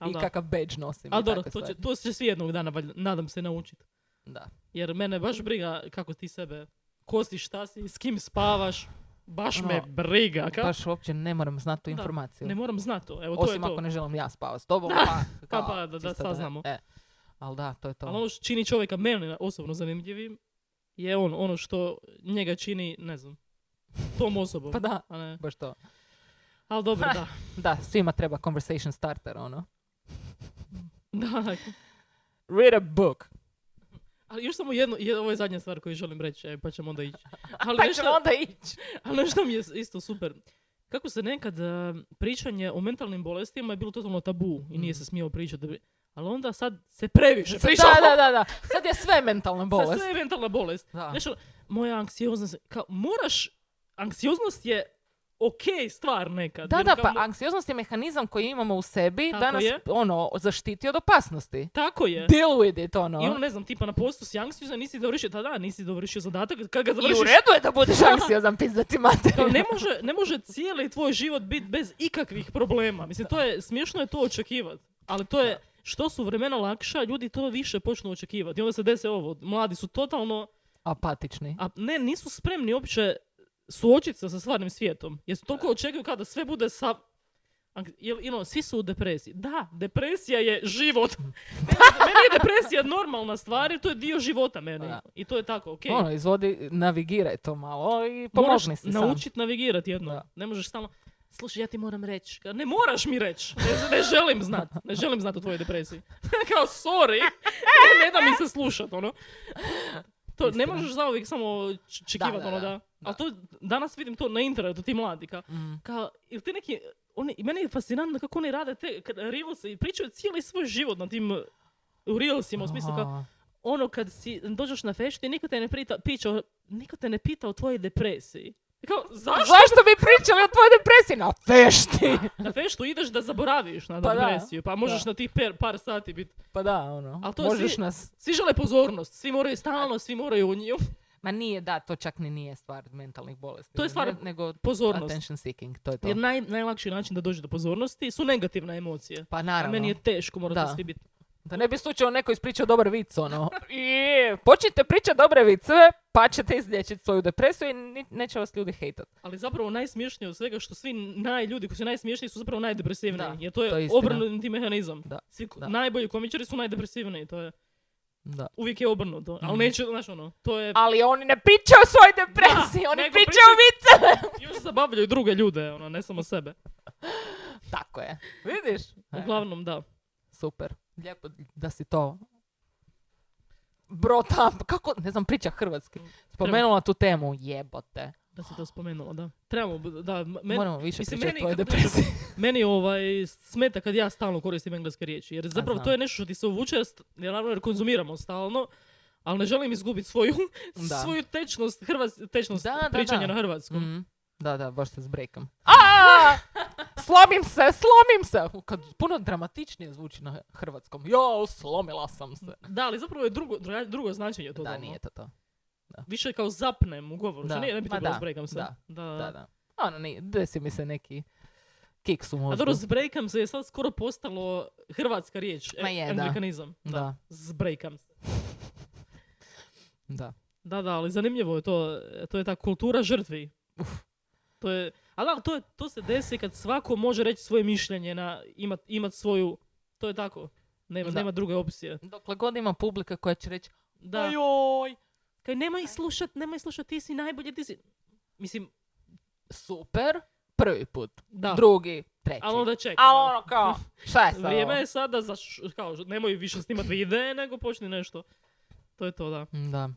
Ali
I
da.
kakav badge nosim.
Ali
i
dobro,
takve
to će,
stvari.
to će svi jednog dana, valjda- nadam se, naučiti.
Da.
Jer mene baš briga kako ti sebe kosti šta si, s kim spavaš, baš me
Ono,
briga. Ka?
Baš uopće ne moram znati tu
Da,
informaciju.
Ne moram znati to, evo
Osim
to je
ako
to.
ne želim ja spavati s tobom,
(laughs)
pa,
pa,
kao,
pa, da- da
čisto
saznamo.
E, ali da, to je to.
Ali ono što čini čovjeka mene osobno zanimljivim je on, ono što njega čini, ne znam, tom osobom.
Pa da,
A ne.
baš to.
Ali dobro, da. (laughs)
Da, svima treba conversation starter, ono.
da. da.
Read a book.
Ali još samo jedno, jed- ovo je zadnja stvar koju želim reći, e, pa ćemo onda
(laughs)
ići. Ali,
Pa
nešto,
ćemo onda
(laughs)
ići.
ali nešto mi je isto super. Kako se nekad e, pričanje o mentalnim bolestima je bilo totalno tabu i nije se smio pričati. da bi- Ali onda sad se previše priča.
Mhm. Da, da, da, da. Sad je sve mentalna
Sad
bolest.
sve je mentalna bolest.
Da.
Znaš, ono, moja anksioznost, kao, moraš, anksioznost je okej stvar nekad.
Da,
jer
da,
kao
pa
mo-
anksioznost je mehanizam koji imamo u sebi
Tako
da nas,
je.
ono, zaštiti od opasnosti.
Tako je.
Deal with it, ono.
I ono, ne znam, tipa na poslu si anksiozan, nisi dovršio, da, da, nisi dovršio zadatak, kad ga
I
završiš,
u redu je da
(laughs)
budeš anksiozan, pizdati
kao,
materiju.
ne, može, ne može cijeli tvoj život biti bez ikakvih problema. Mislim, to je, smiješno je to očekivati, ali to je, što su vremena lakša, ljudi to više počnu očekivati. I onda se dese ovo, mladi su totalno,
Apatični.
a ne, nisu spremni uopće suočiti se sa stvarnim svijetom. Jer su toliko očekuju kada sve bude sa... ank- Jel, you know, svi su u depresiji. Da, depresija je život. meni, meni je depresija normalna stvar jer to je dio života meni.
Da.
I to je tako, okej.
Ono, izvodi, navigiraj to malo i
Moraš
pomogni si sam.
naučit navigirati jedno.
Da.
Ne možeš stalno, slušaj, ja ti moram reći. Ka- Ne moraš mi reći. Ne, ne želim znat. Ne želim znat o tvojoj depresiji. (laughs) Kao, sorry. Ne, ne da mi se slušat, ono. To, ne
Istina.
možeš zauvijek samo č- čekivati,
Da, da,
ono,
da,
da. Ali to, danas vidim to na internetu, ti mladi, kao,
Mm.
kao, ili ti neki, oni, i meni je fascinantno kako oni rade te kad reelse i pričaju cijeli svoj život na tim eh, u reelsima, u smislu kao,
Aha.
ono kad si dođeš na feštu i niko te ne pita, pića, o- niko te ne pita o tvojoj depresiji. Kao, zašto
(laughs) Zašto bi pričali o tvojoj depresiji? Na fešti!
na feštu ideš da zaboraviš na
Pa da.
depresiju, pa možeš
Da.
na tih per, par sati biti.
Pa da, ono.
Al to
možeš
svi-
nas...
Svi žele pozornost, svi moraju stalno, svi moraju u nju.
Ma nije, da, to čak ni nije stvar mentalnih bolesti.
To je stvar
Ne- nego
Pozornost.
attention seeking, to je to.
Jer naj, najlakši način da dođe do pozornosti su negativne emocije.
Pa
A
naravno.
meni je teško, morate
Da.
svi biti.
Da ne bi slučajno neko ispričao dobar vic,
(laughs)
ono. Je, počnite pričati dobre viceve, pa ćete izlječiti svoju depresiju i ni- neće vas ljudi hejtat.
Ali zapravo najsmiješnije od svega što svi naj ljudi koji su najsmiješniji su zapravo najdepresivniji.
Da,
jer to je,
to je istina.
obrnuti mehanizam.
Da,
Svi ko-
da.
najbolji komičari su najdepresivniji, to je
Da.
uvijek je obrnuto. Ali
Mhm.
neće, znaš ono, to je
Ali oni ne pričaju o svojoj depresiji,
Da,
oni
nego
pričaju o viceve!
Još zabavljaju druge ljude, ono, ne samo sebe.
Tako. Tako je. Vidiš? Evo,
Uglavnom, da.
Super. Lijepo da si to brought up. Kako, ne znam, priča hrvatski. Spomenula tu temu, jebote.
Da si to spomenula, da. Trebamo, da, men,
Moramo više
mislim,
pričati o
meni
tvojoj
kad
depresiji.
meni ovaj, smeta kad ja stalno koristim engleske riječi. Jer zapravo
znam.
to je nešto što ti se uvuče, jer st- jer naravno jer konzumiramo stalno. Ali ne želim izgubiti svoju,
Da.
svoju tečnost, hrvats, tečnost
Da, da,
pričanja
da.
na hrvatskom.
(laughs) Mhm. Da, da, baš se zbrekam. A! (laughs) Slomim se, slomim se! U, Kad puno dramatičnije zvuči na hrvatskom. Jo, slomila sam se.
Da, ali zapravo je drugo, druga- drugo značenje to
Da,
dodano.
nije to to.
Više kao zapnem u govoru.
Da.
Da. Nije, ne bi
Ma
to bilo
da,
zbrekam se.
da,
da.
Da, da. Ono, nije, desi mi se neki kiks u mozgu.
A dobro, zbrejkam se je sad skoro postalo hrvatska riječ.
Ma je, da.
Amerikanizam.
Da,
Zbrejkam se.
da.
Da, da, ali zanimljivo je to. To je ta kultura žrtvi. To je, a da, to, je, to se desi kad svako može reći svoje mišljenje, na, imat, imat svoju... To je tako. Nema,
Da.
nema druge opcije.
Dokle god ima publika koja će reći
Da.
Ajoj!
Kaj, nemoj slušat, nemoj slušat, ti si najbolje, ti si... Mislim,
Super, prvi put.
da.
Drugi, treći.
ali onda čekaj.
Ali
malo.
ono kao, šta je sad ono.
Vrijeme
ovo?
je sada za, š- kao, nemoj više snimat videe, nego počni nešto. To je to, da.
Da.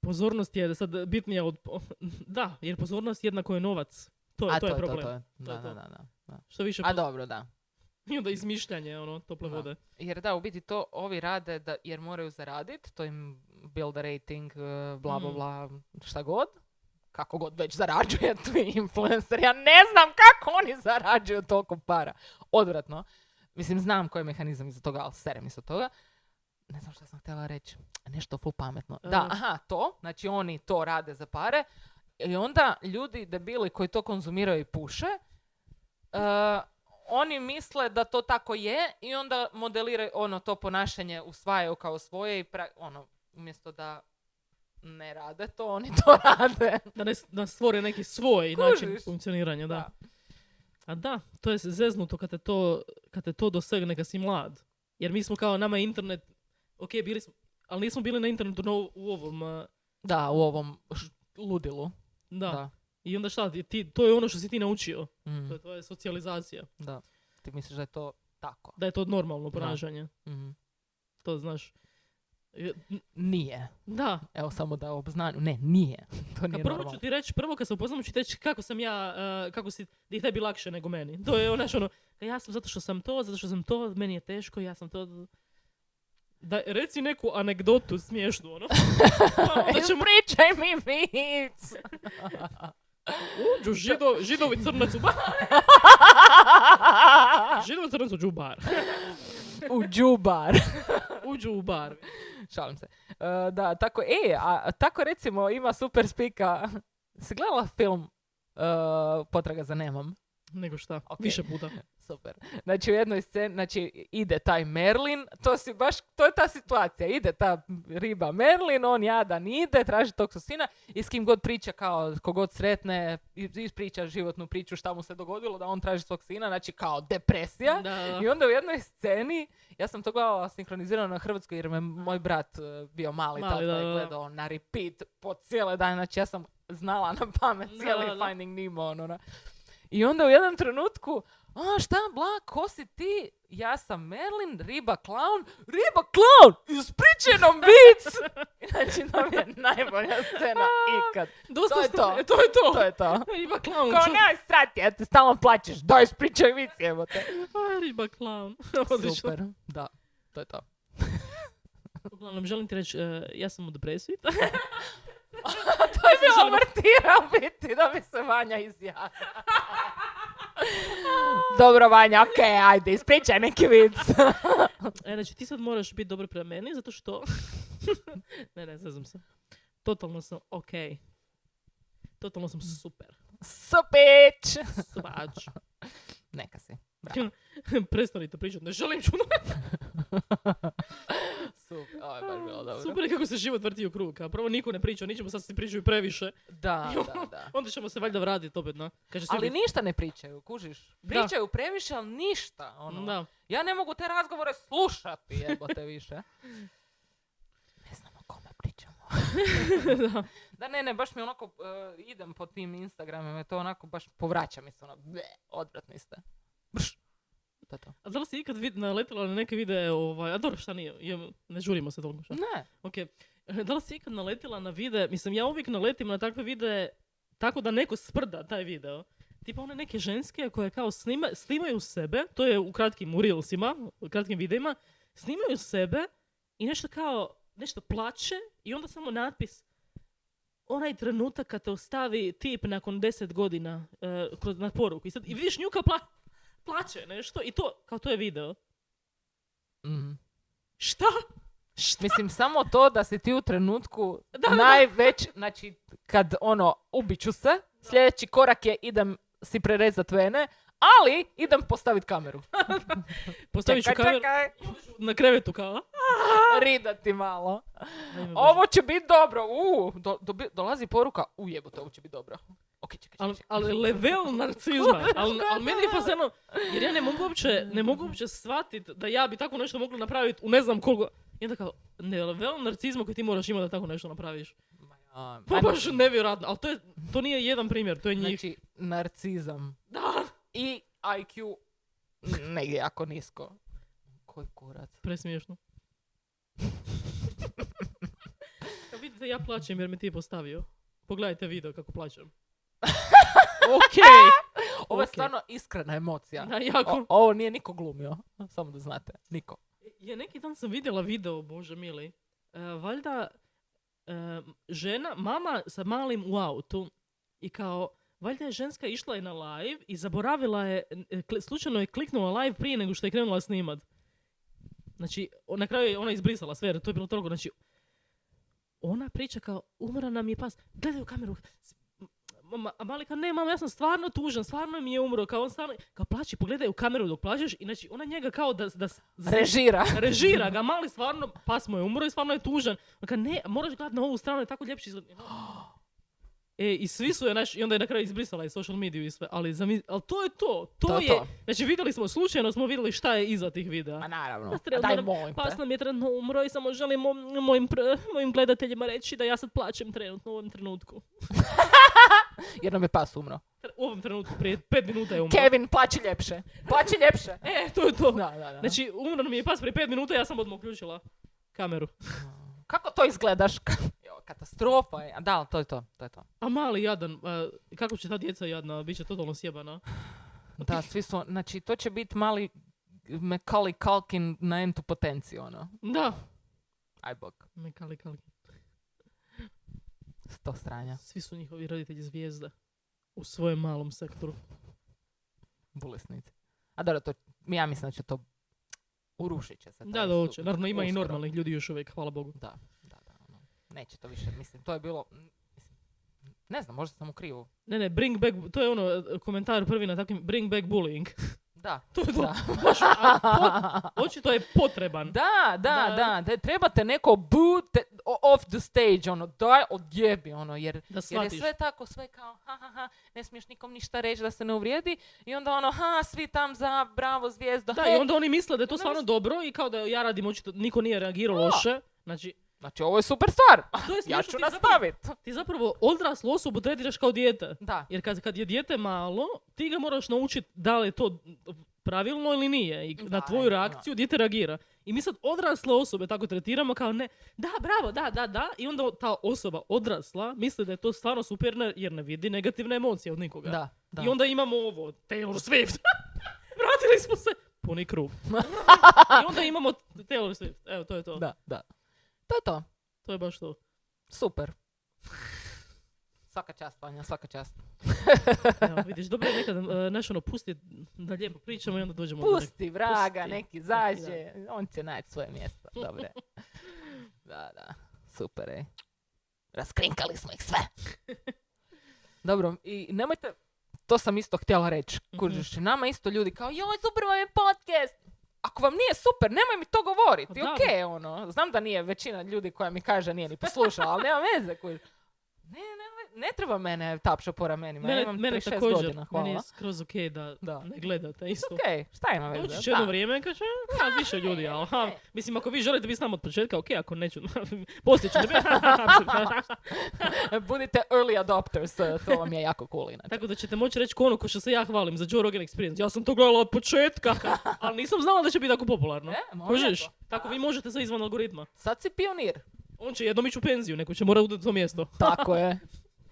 Pozornost je sad bitnija od... (laughs) Da, jer pozornost jednako je novac. To je,
A
to je problem.
to, je. Da,
je
da, da,
to.
da, da.
Što više...
A
poz-
dobro, da.
(laughs) I onda izmišljanje, ono, tople
Da.
vode.
Jer da, u biti to ovi rade da, jer moraju zaraditi, to im build rating, eh, bla, bla,
Mm.
bla, šta god. Kako god već zarađuje (laughs) tu influencer. Ja ne znam kako oni zarađuju toliko para. Odvratno. Mislim, znam koji je mehanizam iza toga, ali serem iza toga. Ne znam šta sam htjela reći. Nešto full pametno. Da,
E.
aha, to. Znači, oni to rade za pare. I onda ljudi debili koji to konzumiraju i puše, eh, oni misle da to tako je i onda modeliraju ono to ponašanje usvajaju kao svoje i pra- ono umjesto da ne rade to oni to (laughs) rade.
Da ne s- da stvore neki svoj
Kužiš.
način funkcioniranja, da. A da, to je zeznuto kad te to, kad te to dosegne kad si mlad. Jer mi smo kao, nama je internet... Ok, bili smo... Ali nismo bili na internetu no, u ovom... a,
Da, u ovom š- ludilu.
Da.
Da.
I onda šta, ti- ti, to je ono što si ti naučio.
Mm,
To je tvoja socijalizacija.
da. Ti misliš da je to tako?
Da je to normalno
Da.
ponašanje.
Mhm.
To znaš. E, n-
Nije.
Da,
Evo samo da obznanju. Ne, nije. (laughs) To
Kad
nije
prvo
normalno.
ću ti reći, prvo kad se upoznamo ću ti reći kako sam ja, eh, kako si, da je tebi lakše nego meni. To je ono, znaš, ono, "Ka ja sam zato što sam to, zato što sam to, meni je teško, ja sam to. Da, reci neku anegdotu smiješnu,
(laughs)
ono. Pa onda ćemo,
Ispričaj E, mi
(laughs)
vic!
uđu žido, židovi crnac u bar. Židovi crnac uđu u bar.
u džubar. (laughs)
Uđu u bar.
Šalim se. E, da, tako, e, a tako recimo ima super spika. (laughs) Si gledala film e, Potraga za nemam?
Nego šta,
Ok.
više puta.
Super. Znači u jednoj sceni, znači ide taj Merlin, to si baš, to je ta situacija, ide ta riba Merlin, on jadan ide, traži tog sina i s kim god priča kao, kogod sretne, i- ispriča životnu priču šta mu se dogodilo, da on traži svog sina, znači kao depresija.
Da.
I onda u jednoj sceni, ja sam to gledala sinkronizirano na hrvatskoj jer me moj brat eh, bio mali,
Mali,
tada
da,
je
da.
gledao na repeat po cijele dane, znači ja sam znala na pamet
Da,
cijeli
da, da.
Finding Nemo, ono, na- I onda u jednom trenutku, a šta, bla, ko si ti? Ja sam Merlin, riba clown, riba clown, ispričaj nam vic! (laughs) Znači, to mi je najbolja (laughs) scena ikad.
Dosta
To je
ste-
(laughs) to.
e, to je to.
To je to.
Riba klaun.
Kao, nemoj strati, ja te stalno plaćeš, daj ispričaj vic, evo te.
Riba klaun. (laughs) Odlično.
Super, da, to je to.
Uglavnom, želim ti reći, eh, ja sam u
(laughs)
depresiji. (laughs) ono,
to je bilo ono-
Slušala.
uvrtira u biti da bi se Vanja izjavila. (laughs) Dobro, Vanja, okej, ajde, ispričaj neki vic.
E, znači ti sad moraš biti dobro prema meni zato
(laughs)
što... ne, ne, zezam se. Totalno sam ok. Totalno sam super.
(laughs) Supić! (laughs)
Svač.
Neka si.
Prestanite pričati, ne želim čuno.
Super, ovo je baš bilo dobro.
Super je kako se život vrti u krug. Kao prvo niko ne priča, ničemu sad svi pričaju previše.
Da, da, da.
Onda ćemo se valjda vratiti opet, na. Kaže, svi
Ali
biti-
ništa ne pričaju, kužiš. Pričaju previše, ali ništa. Ono.
Da. (laughs)
Ja ne mogu te razgovore slušati, jebote (laughs) više. Ne znam o kome pričamo.
da.
Da, ne, ne, baš mi onako e, eh, idem po tim Instagramima, to onako baš povraća mi se ono, ble, odvratni ste. to je to.
A da li si ikad vid, naletila na neke videe, ovaj, a dobro šta nije, jem- ne žurimo se toliko šta.
Ne.
Ok, (laughs) da li si ikad naletila na videe, mislim ja uvijek naletim na takve videe tako da neko sprda taj video. Tipa one neke ženske koje kao snima, snimaju sebe, to je u kratkim u reelsima, u kratkim videima, snimaju sebe i nešto kao, nešto plače i onda samo natpis onaj trenutak kad te ostavi tip nakon 10 godina e, kroz, na poruku i, sad, i vidiš nju kao pla, plače nešto i to, kao to je video.
Mhm.
Šta? Šta?
Mislim, samo to da si ti u trenutku
(laughs) Da, da.
najveć, znači, kad ono, ubiću se, sljedeći korak je idem si prerezat vene, ali idem postaviti
(laughs)
kameru.
Postaviš u kameru, Pa!
čekaj,
na krevetu kao.
ridati malo.
Ajme, Bože.
Ovo će biti dobro, u, do- dobi- dolazi poruka, u jebote, ovo će biti dobro. Ok, čekaj,
Ali,
čekaj, čekaj.
ali level narcizma. Ali,
Šta je
ali meni je
to?
fascinantno, jer ja ne mogu uopće, ne mogu uopće shvatit da ja bi tako nešto mogla napraviti u ne znam koliko... I onda kao, ne, level narcizma koji ti moraš imati da tako nešto napraviš.
Ma ja,
Pa
ajmo.
baš nevjerojatno, ali to, je, to nije jedan primjer, to je njih.
Znači, narcizam
da,
i IQ negdje jako nisko. Koji kurac?
presmiješno. Kad vidite, ja plaćem jer me ti je postavio. Pogledajte video kako plaćem. Okej.
Ovo je
Ok.
stvarno iskrena emocija.
Da, jako.
O- ovo nije niko glumio, samo da znate. Niko.
Ja neki dan sam vidjela video, bože mili. E, valjda e, žena, mama sa malim u autu i kao, valjda je ženska išla je na live i zaboravila je, e, kli- slučajno je kliknula live prije nego što je krenula snimat. Znači, o- na kraju je ona izbrisala sve jer to je bilo toliko, znači, ona priča kao, umora nam je pas, gledaj u kameru, S- m- ma- a mali kao, ne mama, ja sam stvarno tužan, stvarno mi je umro, kao on stvarno, kao plaći, pogledaj u kameru dok plaćeš i znači, ona njega kao da, da, da
(laughs) Režira.
režira ga, mali stvarno, pas mu je umro i stvarno je tužan. On kaže, ne, moraš gledati na ovu stranu, je tako ljepši izgled. E, i svi su je, naš, i onda je na kraju izbrisala i social mediju i sve, ali, zami- ali to je to, to,
To je
je,
to.
znači vidjeli smo, slučajno smo vidjeli šta je iza tih videa.
Ma Pa naravno.
Stres,
Daj pa
moram-
molim te.
Pas nam je trenutno umro i samo želim mom- mojim, pr- mojim gledateljima reći da ja sad plaćem trenutno u ovom trenutku.
Jer nam je pas umro.
Tre- U ovom trenutku, prije pet minuta je umro.
Kevin, plaći ljepše. Plaći ljepše.
E, to je to.
Da, da, da.
Znači, umro mi je pas prije pet minuta i ja sam odmah uključila kameru.
Kako to izgledaš? (laughs) Jo, Katastrofa je. A Da, ali to je to. to, je to.
A mali jadan, a, kako će ta djeca jadna, bit će totalno sjebana.
Da, svi su, znači to će biti mali Macaulay Culkin na entu potenciju, ono.
Da.
Aj bog,
Mekali, kali.
sto stranja.
Svi su njihovi roditelji zvijezda. U svojem malom sektoru.
Bolesnici. A dobro, to, ja mislim da će to urušit će se. taj
Da, da, hoće.
sustav
Naravno, ima i
Pa uskoro.
normalnih ljudi još uvijek, hvala Bogu.
Da, da, da. ono, Neće to više, mislim, to je bilo, m, mislim, ne znam, možda sam u krivu.
Ne, ne, bring back, to je ono e, komentar prvi na takvim, bring back bullying. (laughs)
Da.
to je to.
Da.
Baš, a, pot- očito je potreban.
Da, da,
Da.
da, da, trebate neko boot off the stage, ono, daj odjebi, ono, jer,
Da
jer je
shvatiš.
sve tako, sve kao, ha, ha, ha, ne smiješ nikom ništa reći da se ne uvrijedi i onda ono, ha, svi tam za, bravo, zvijezda,
Da,
he.
i onda oni misle da je to
Onda
stvarno dobro i kao da ja radim, očito niko nije reagirao
Da.
loše. Znači,
Znači, ovo je super stvar,
to je
ja
smiješno,
ću
ti zapravo-
nastavit.
Ti zapravo odraslu osobu tretiraš kao dijete.
Da,
Jer kad, kad je dijete malo, ti ga moraš naučiti da li je to pravilno ili nije. I
Da,
na tvoju reakciju dijete reagira. I mi sad odrasle osobe tako tretiramo kao ne, da, bravo, da, da, da. I onda ta osoba odrasla misli da je to stvarno super ne- jer ne vidi negativne emocije od nikoga.
da, da.
I onda imamo ovo, Taylor Swift. (laughs) Vratili smo se. Puni krug.
(laughs)
I onda imamo Taylor Swift. Evo, to je to.
da, da. To je to,
To je baš to.
super. (laughs) Svaka čast, Vanja, svaka čast.
Evo, vidiš, dobro je nekad, e, znaš, ono, pusti da lijepo pričamo i onda dođemo do
Pusti vraga,
Pusti. (laughs)
neki zađe, on će naći svoje mjesto, dobro. je. Da, da, super, e. ej. Raskrinkali smo ih sve. (laughs) Dobro, i nemojte, to sam isto htjela reći,
Mhm.
kužiš, nama isto ljudi kao, joj, super vam je podcast. Ako vam nije super, nemoj mi to
Pa
govoriti,
da.
ok, ono, znam da nije većina ljudi koja mi kaže nije ni poslušala, ali nema veze, kužiš. Ne, ne, ne treba mene tapša po ramenima. ja
Mene,
imam
mene
36
također,
godina, hvala.
meni je skroz ok da,
Da.
ne gledate isto.
Ok, šta ima veze?
Doći će jedno
Da.
vrijeme kad će a, više ljudi, ali ha, mislim ako vi želite biti s nama od početka, ok, ako neću, (laughs) poslije ćete (laughs) biti.
(laughs) Budite early adopters, eh, to vam je jako cool inače.
Tako da ćete moći reći ko ono ko što se ja hvalim za Joe Rogan Experience. Ja sam to gledala od početka, ali nisam znala da će biti tako popularno.
E, može
Kužiš?
to.
Tako vi možete sve izvan algoritma.
Sad si pionir.
On će jednom ići u penziju, neko će morati udati to mjesto.
(laughs) Tako je.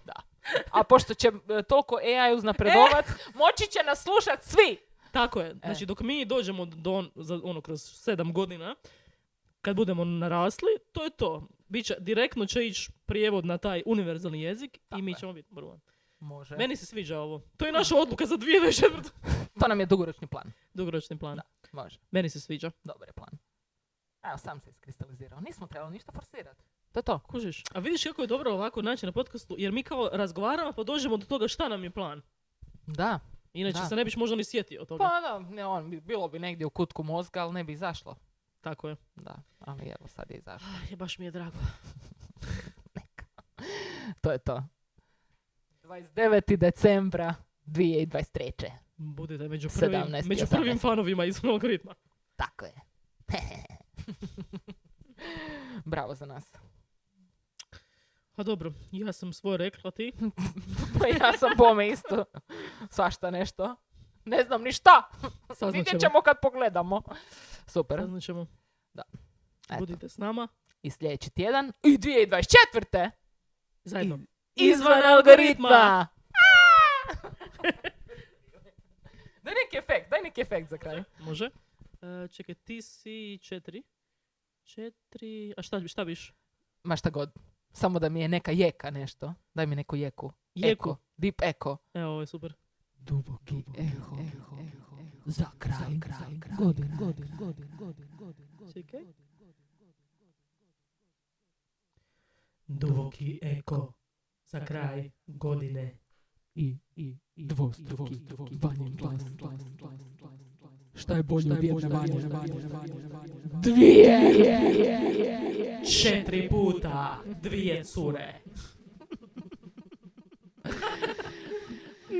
Da. A pošto će eh, toliko AI (laughs) uznapredovat, moći će nas slušat svi.
Tako je. Znači, dok mi dođemo do on, za, ono, kroz sedam godina, kad budemo narasli, to je to. Biće, direktno će ići prijevod na taj univerzalni jezik i
Tako
mi
je.
ćemo biti prvo.
Može.
Meni se sviđa ovo. To je naša odluka za 2004.
To nam je dugoročni plan.
Dugoročni plan.
Da. Može.
Meni se sviđa.
Dobar je plan. Evo, sam se iskristalizirao. Nismo trebali ništa forsirati. To je to.
Kužiš. A vidiš kako je dobro ovako naći na podcastu, jer mi kao razgovaramo pa dođemo do toga šta nam je plan.
Da.
Inače
Da.
se ne biš možda ni sjetio toga.
Pa da, ne, on, bi- bilo bi negdje u kutku mozga, ali ne bi izašlo.
Tako je.
Da, ali evo sad je izašlo.
Aj, baš mi je drago.
To je to. 29. decembra 2023.
Budite među prvim,
17,
među prvim
18.
fanovima iz algoritma.
Tako je. (laughs) Bravo za nas.
Pa dobro, ja sam svoje rekla ti.
Pa ja sam bome isto. Svašta nešto. Ne znam ni šta.
Saznat
Vidjet
ćemo.
ćemo kad pogledamo. Super.
Saznat ćemo.
Eto.
Budite s nama.
I sljedeći tjedan. I 2024.
Zajedno.
Izvan algoritma. (laughs) daj neki efekt, daj neki efekt za kraj.
Može. E, čekaj, ti si četiri. Četiri. A šta, bi- šta biš?
Ma šta god. Samo da mi je neka jeka nešto. Daj mi neku jeku.
Jeku.
Eko. Deep eko.
Evo, ovo je super.
Duboki eho. Za kraj. Godina. Godina.
Čekaj. Duboki eko. Za kraj godine.
i, i, i dvostruki, vanjen glas. Šta je bolje od jedne vanje?
Četiri puta dvije cure.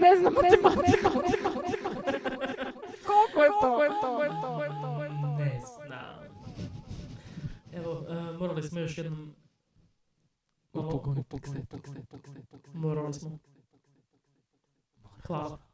Ne znam matematiku. Koliko je to? Koliko je to? Koliko je to?
Ne znam. Evo, e, morali smo još jednom... Malo-
Upogoni, upogoni, upogoni, upogoni, upogoni.
Morali smo. Hvala.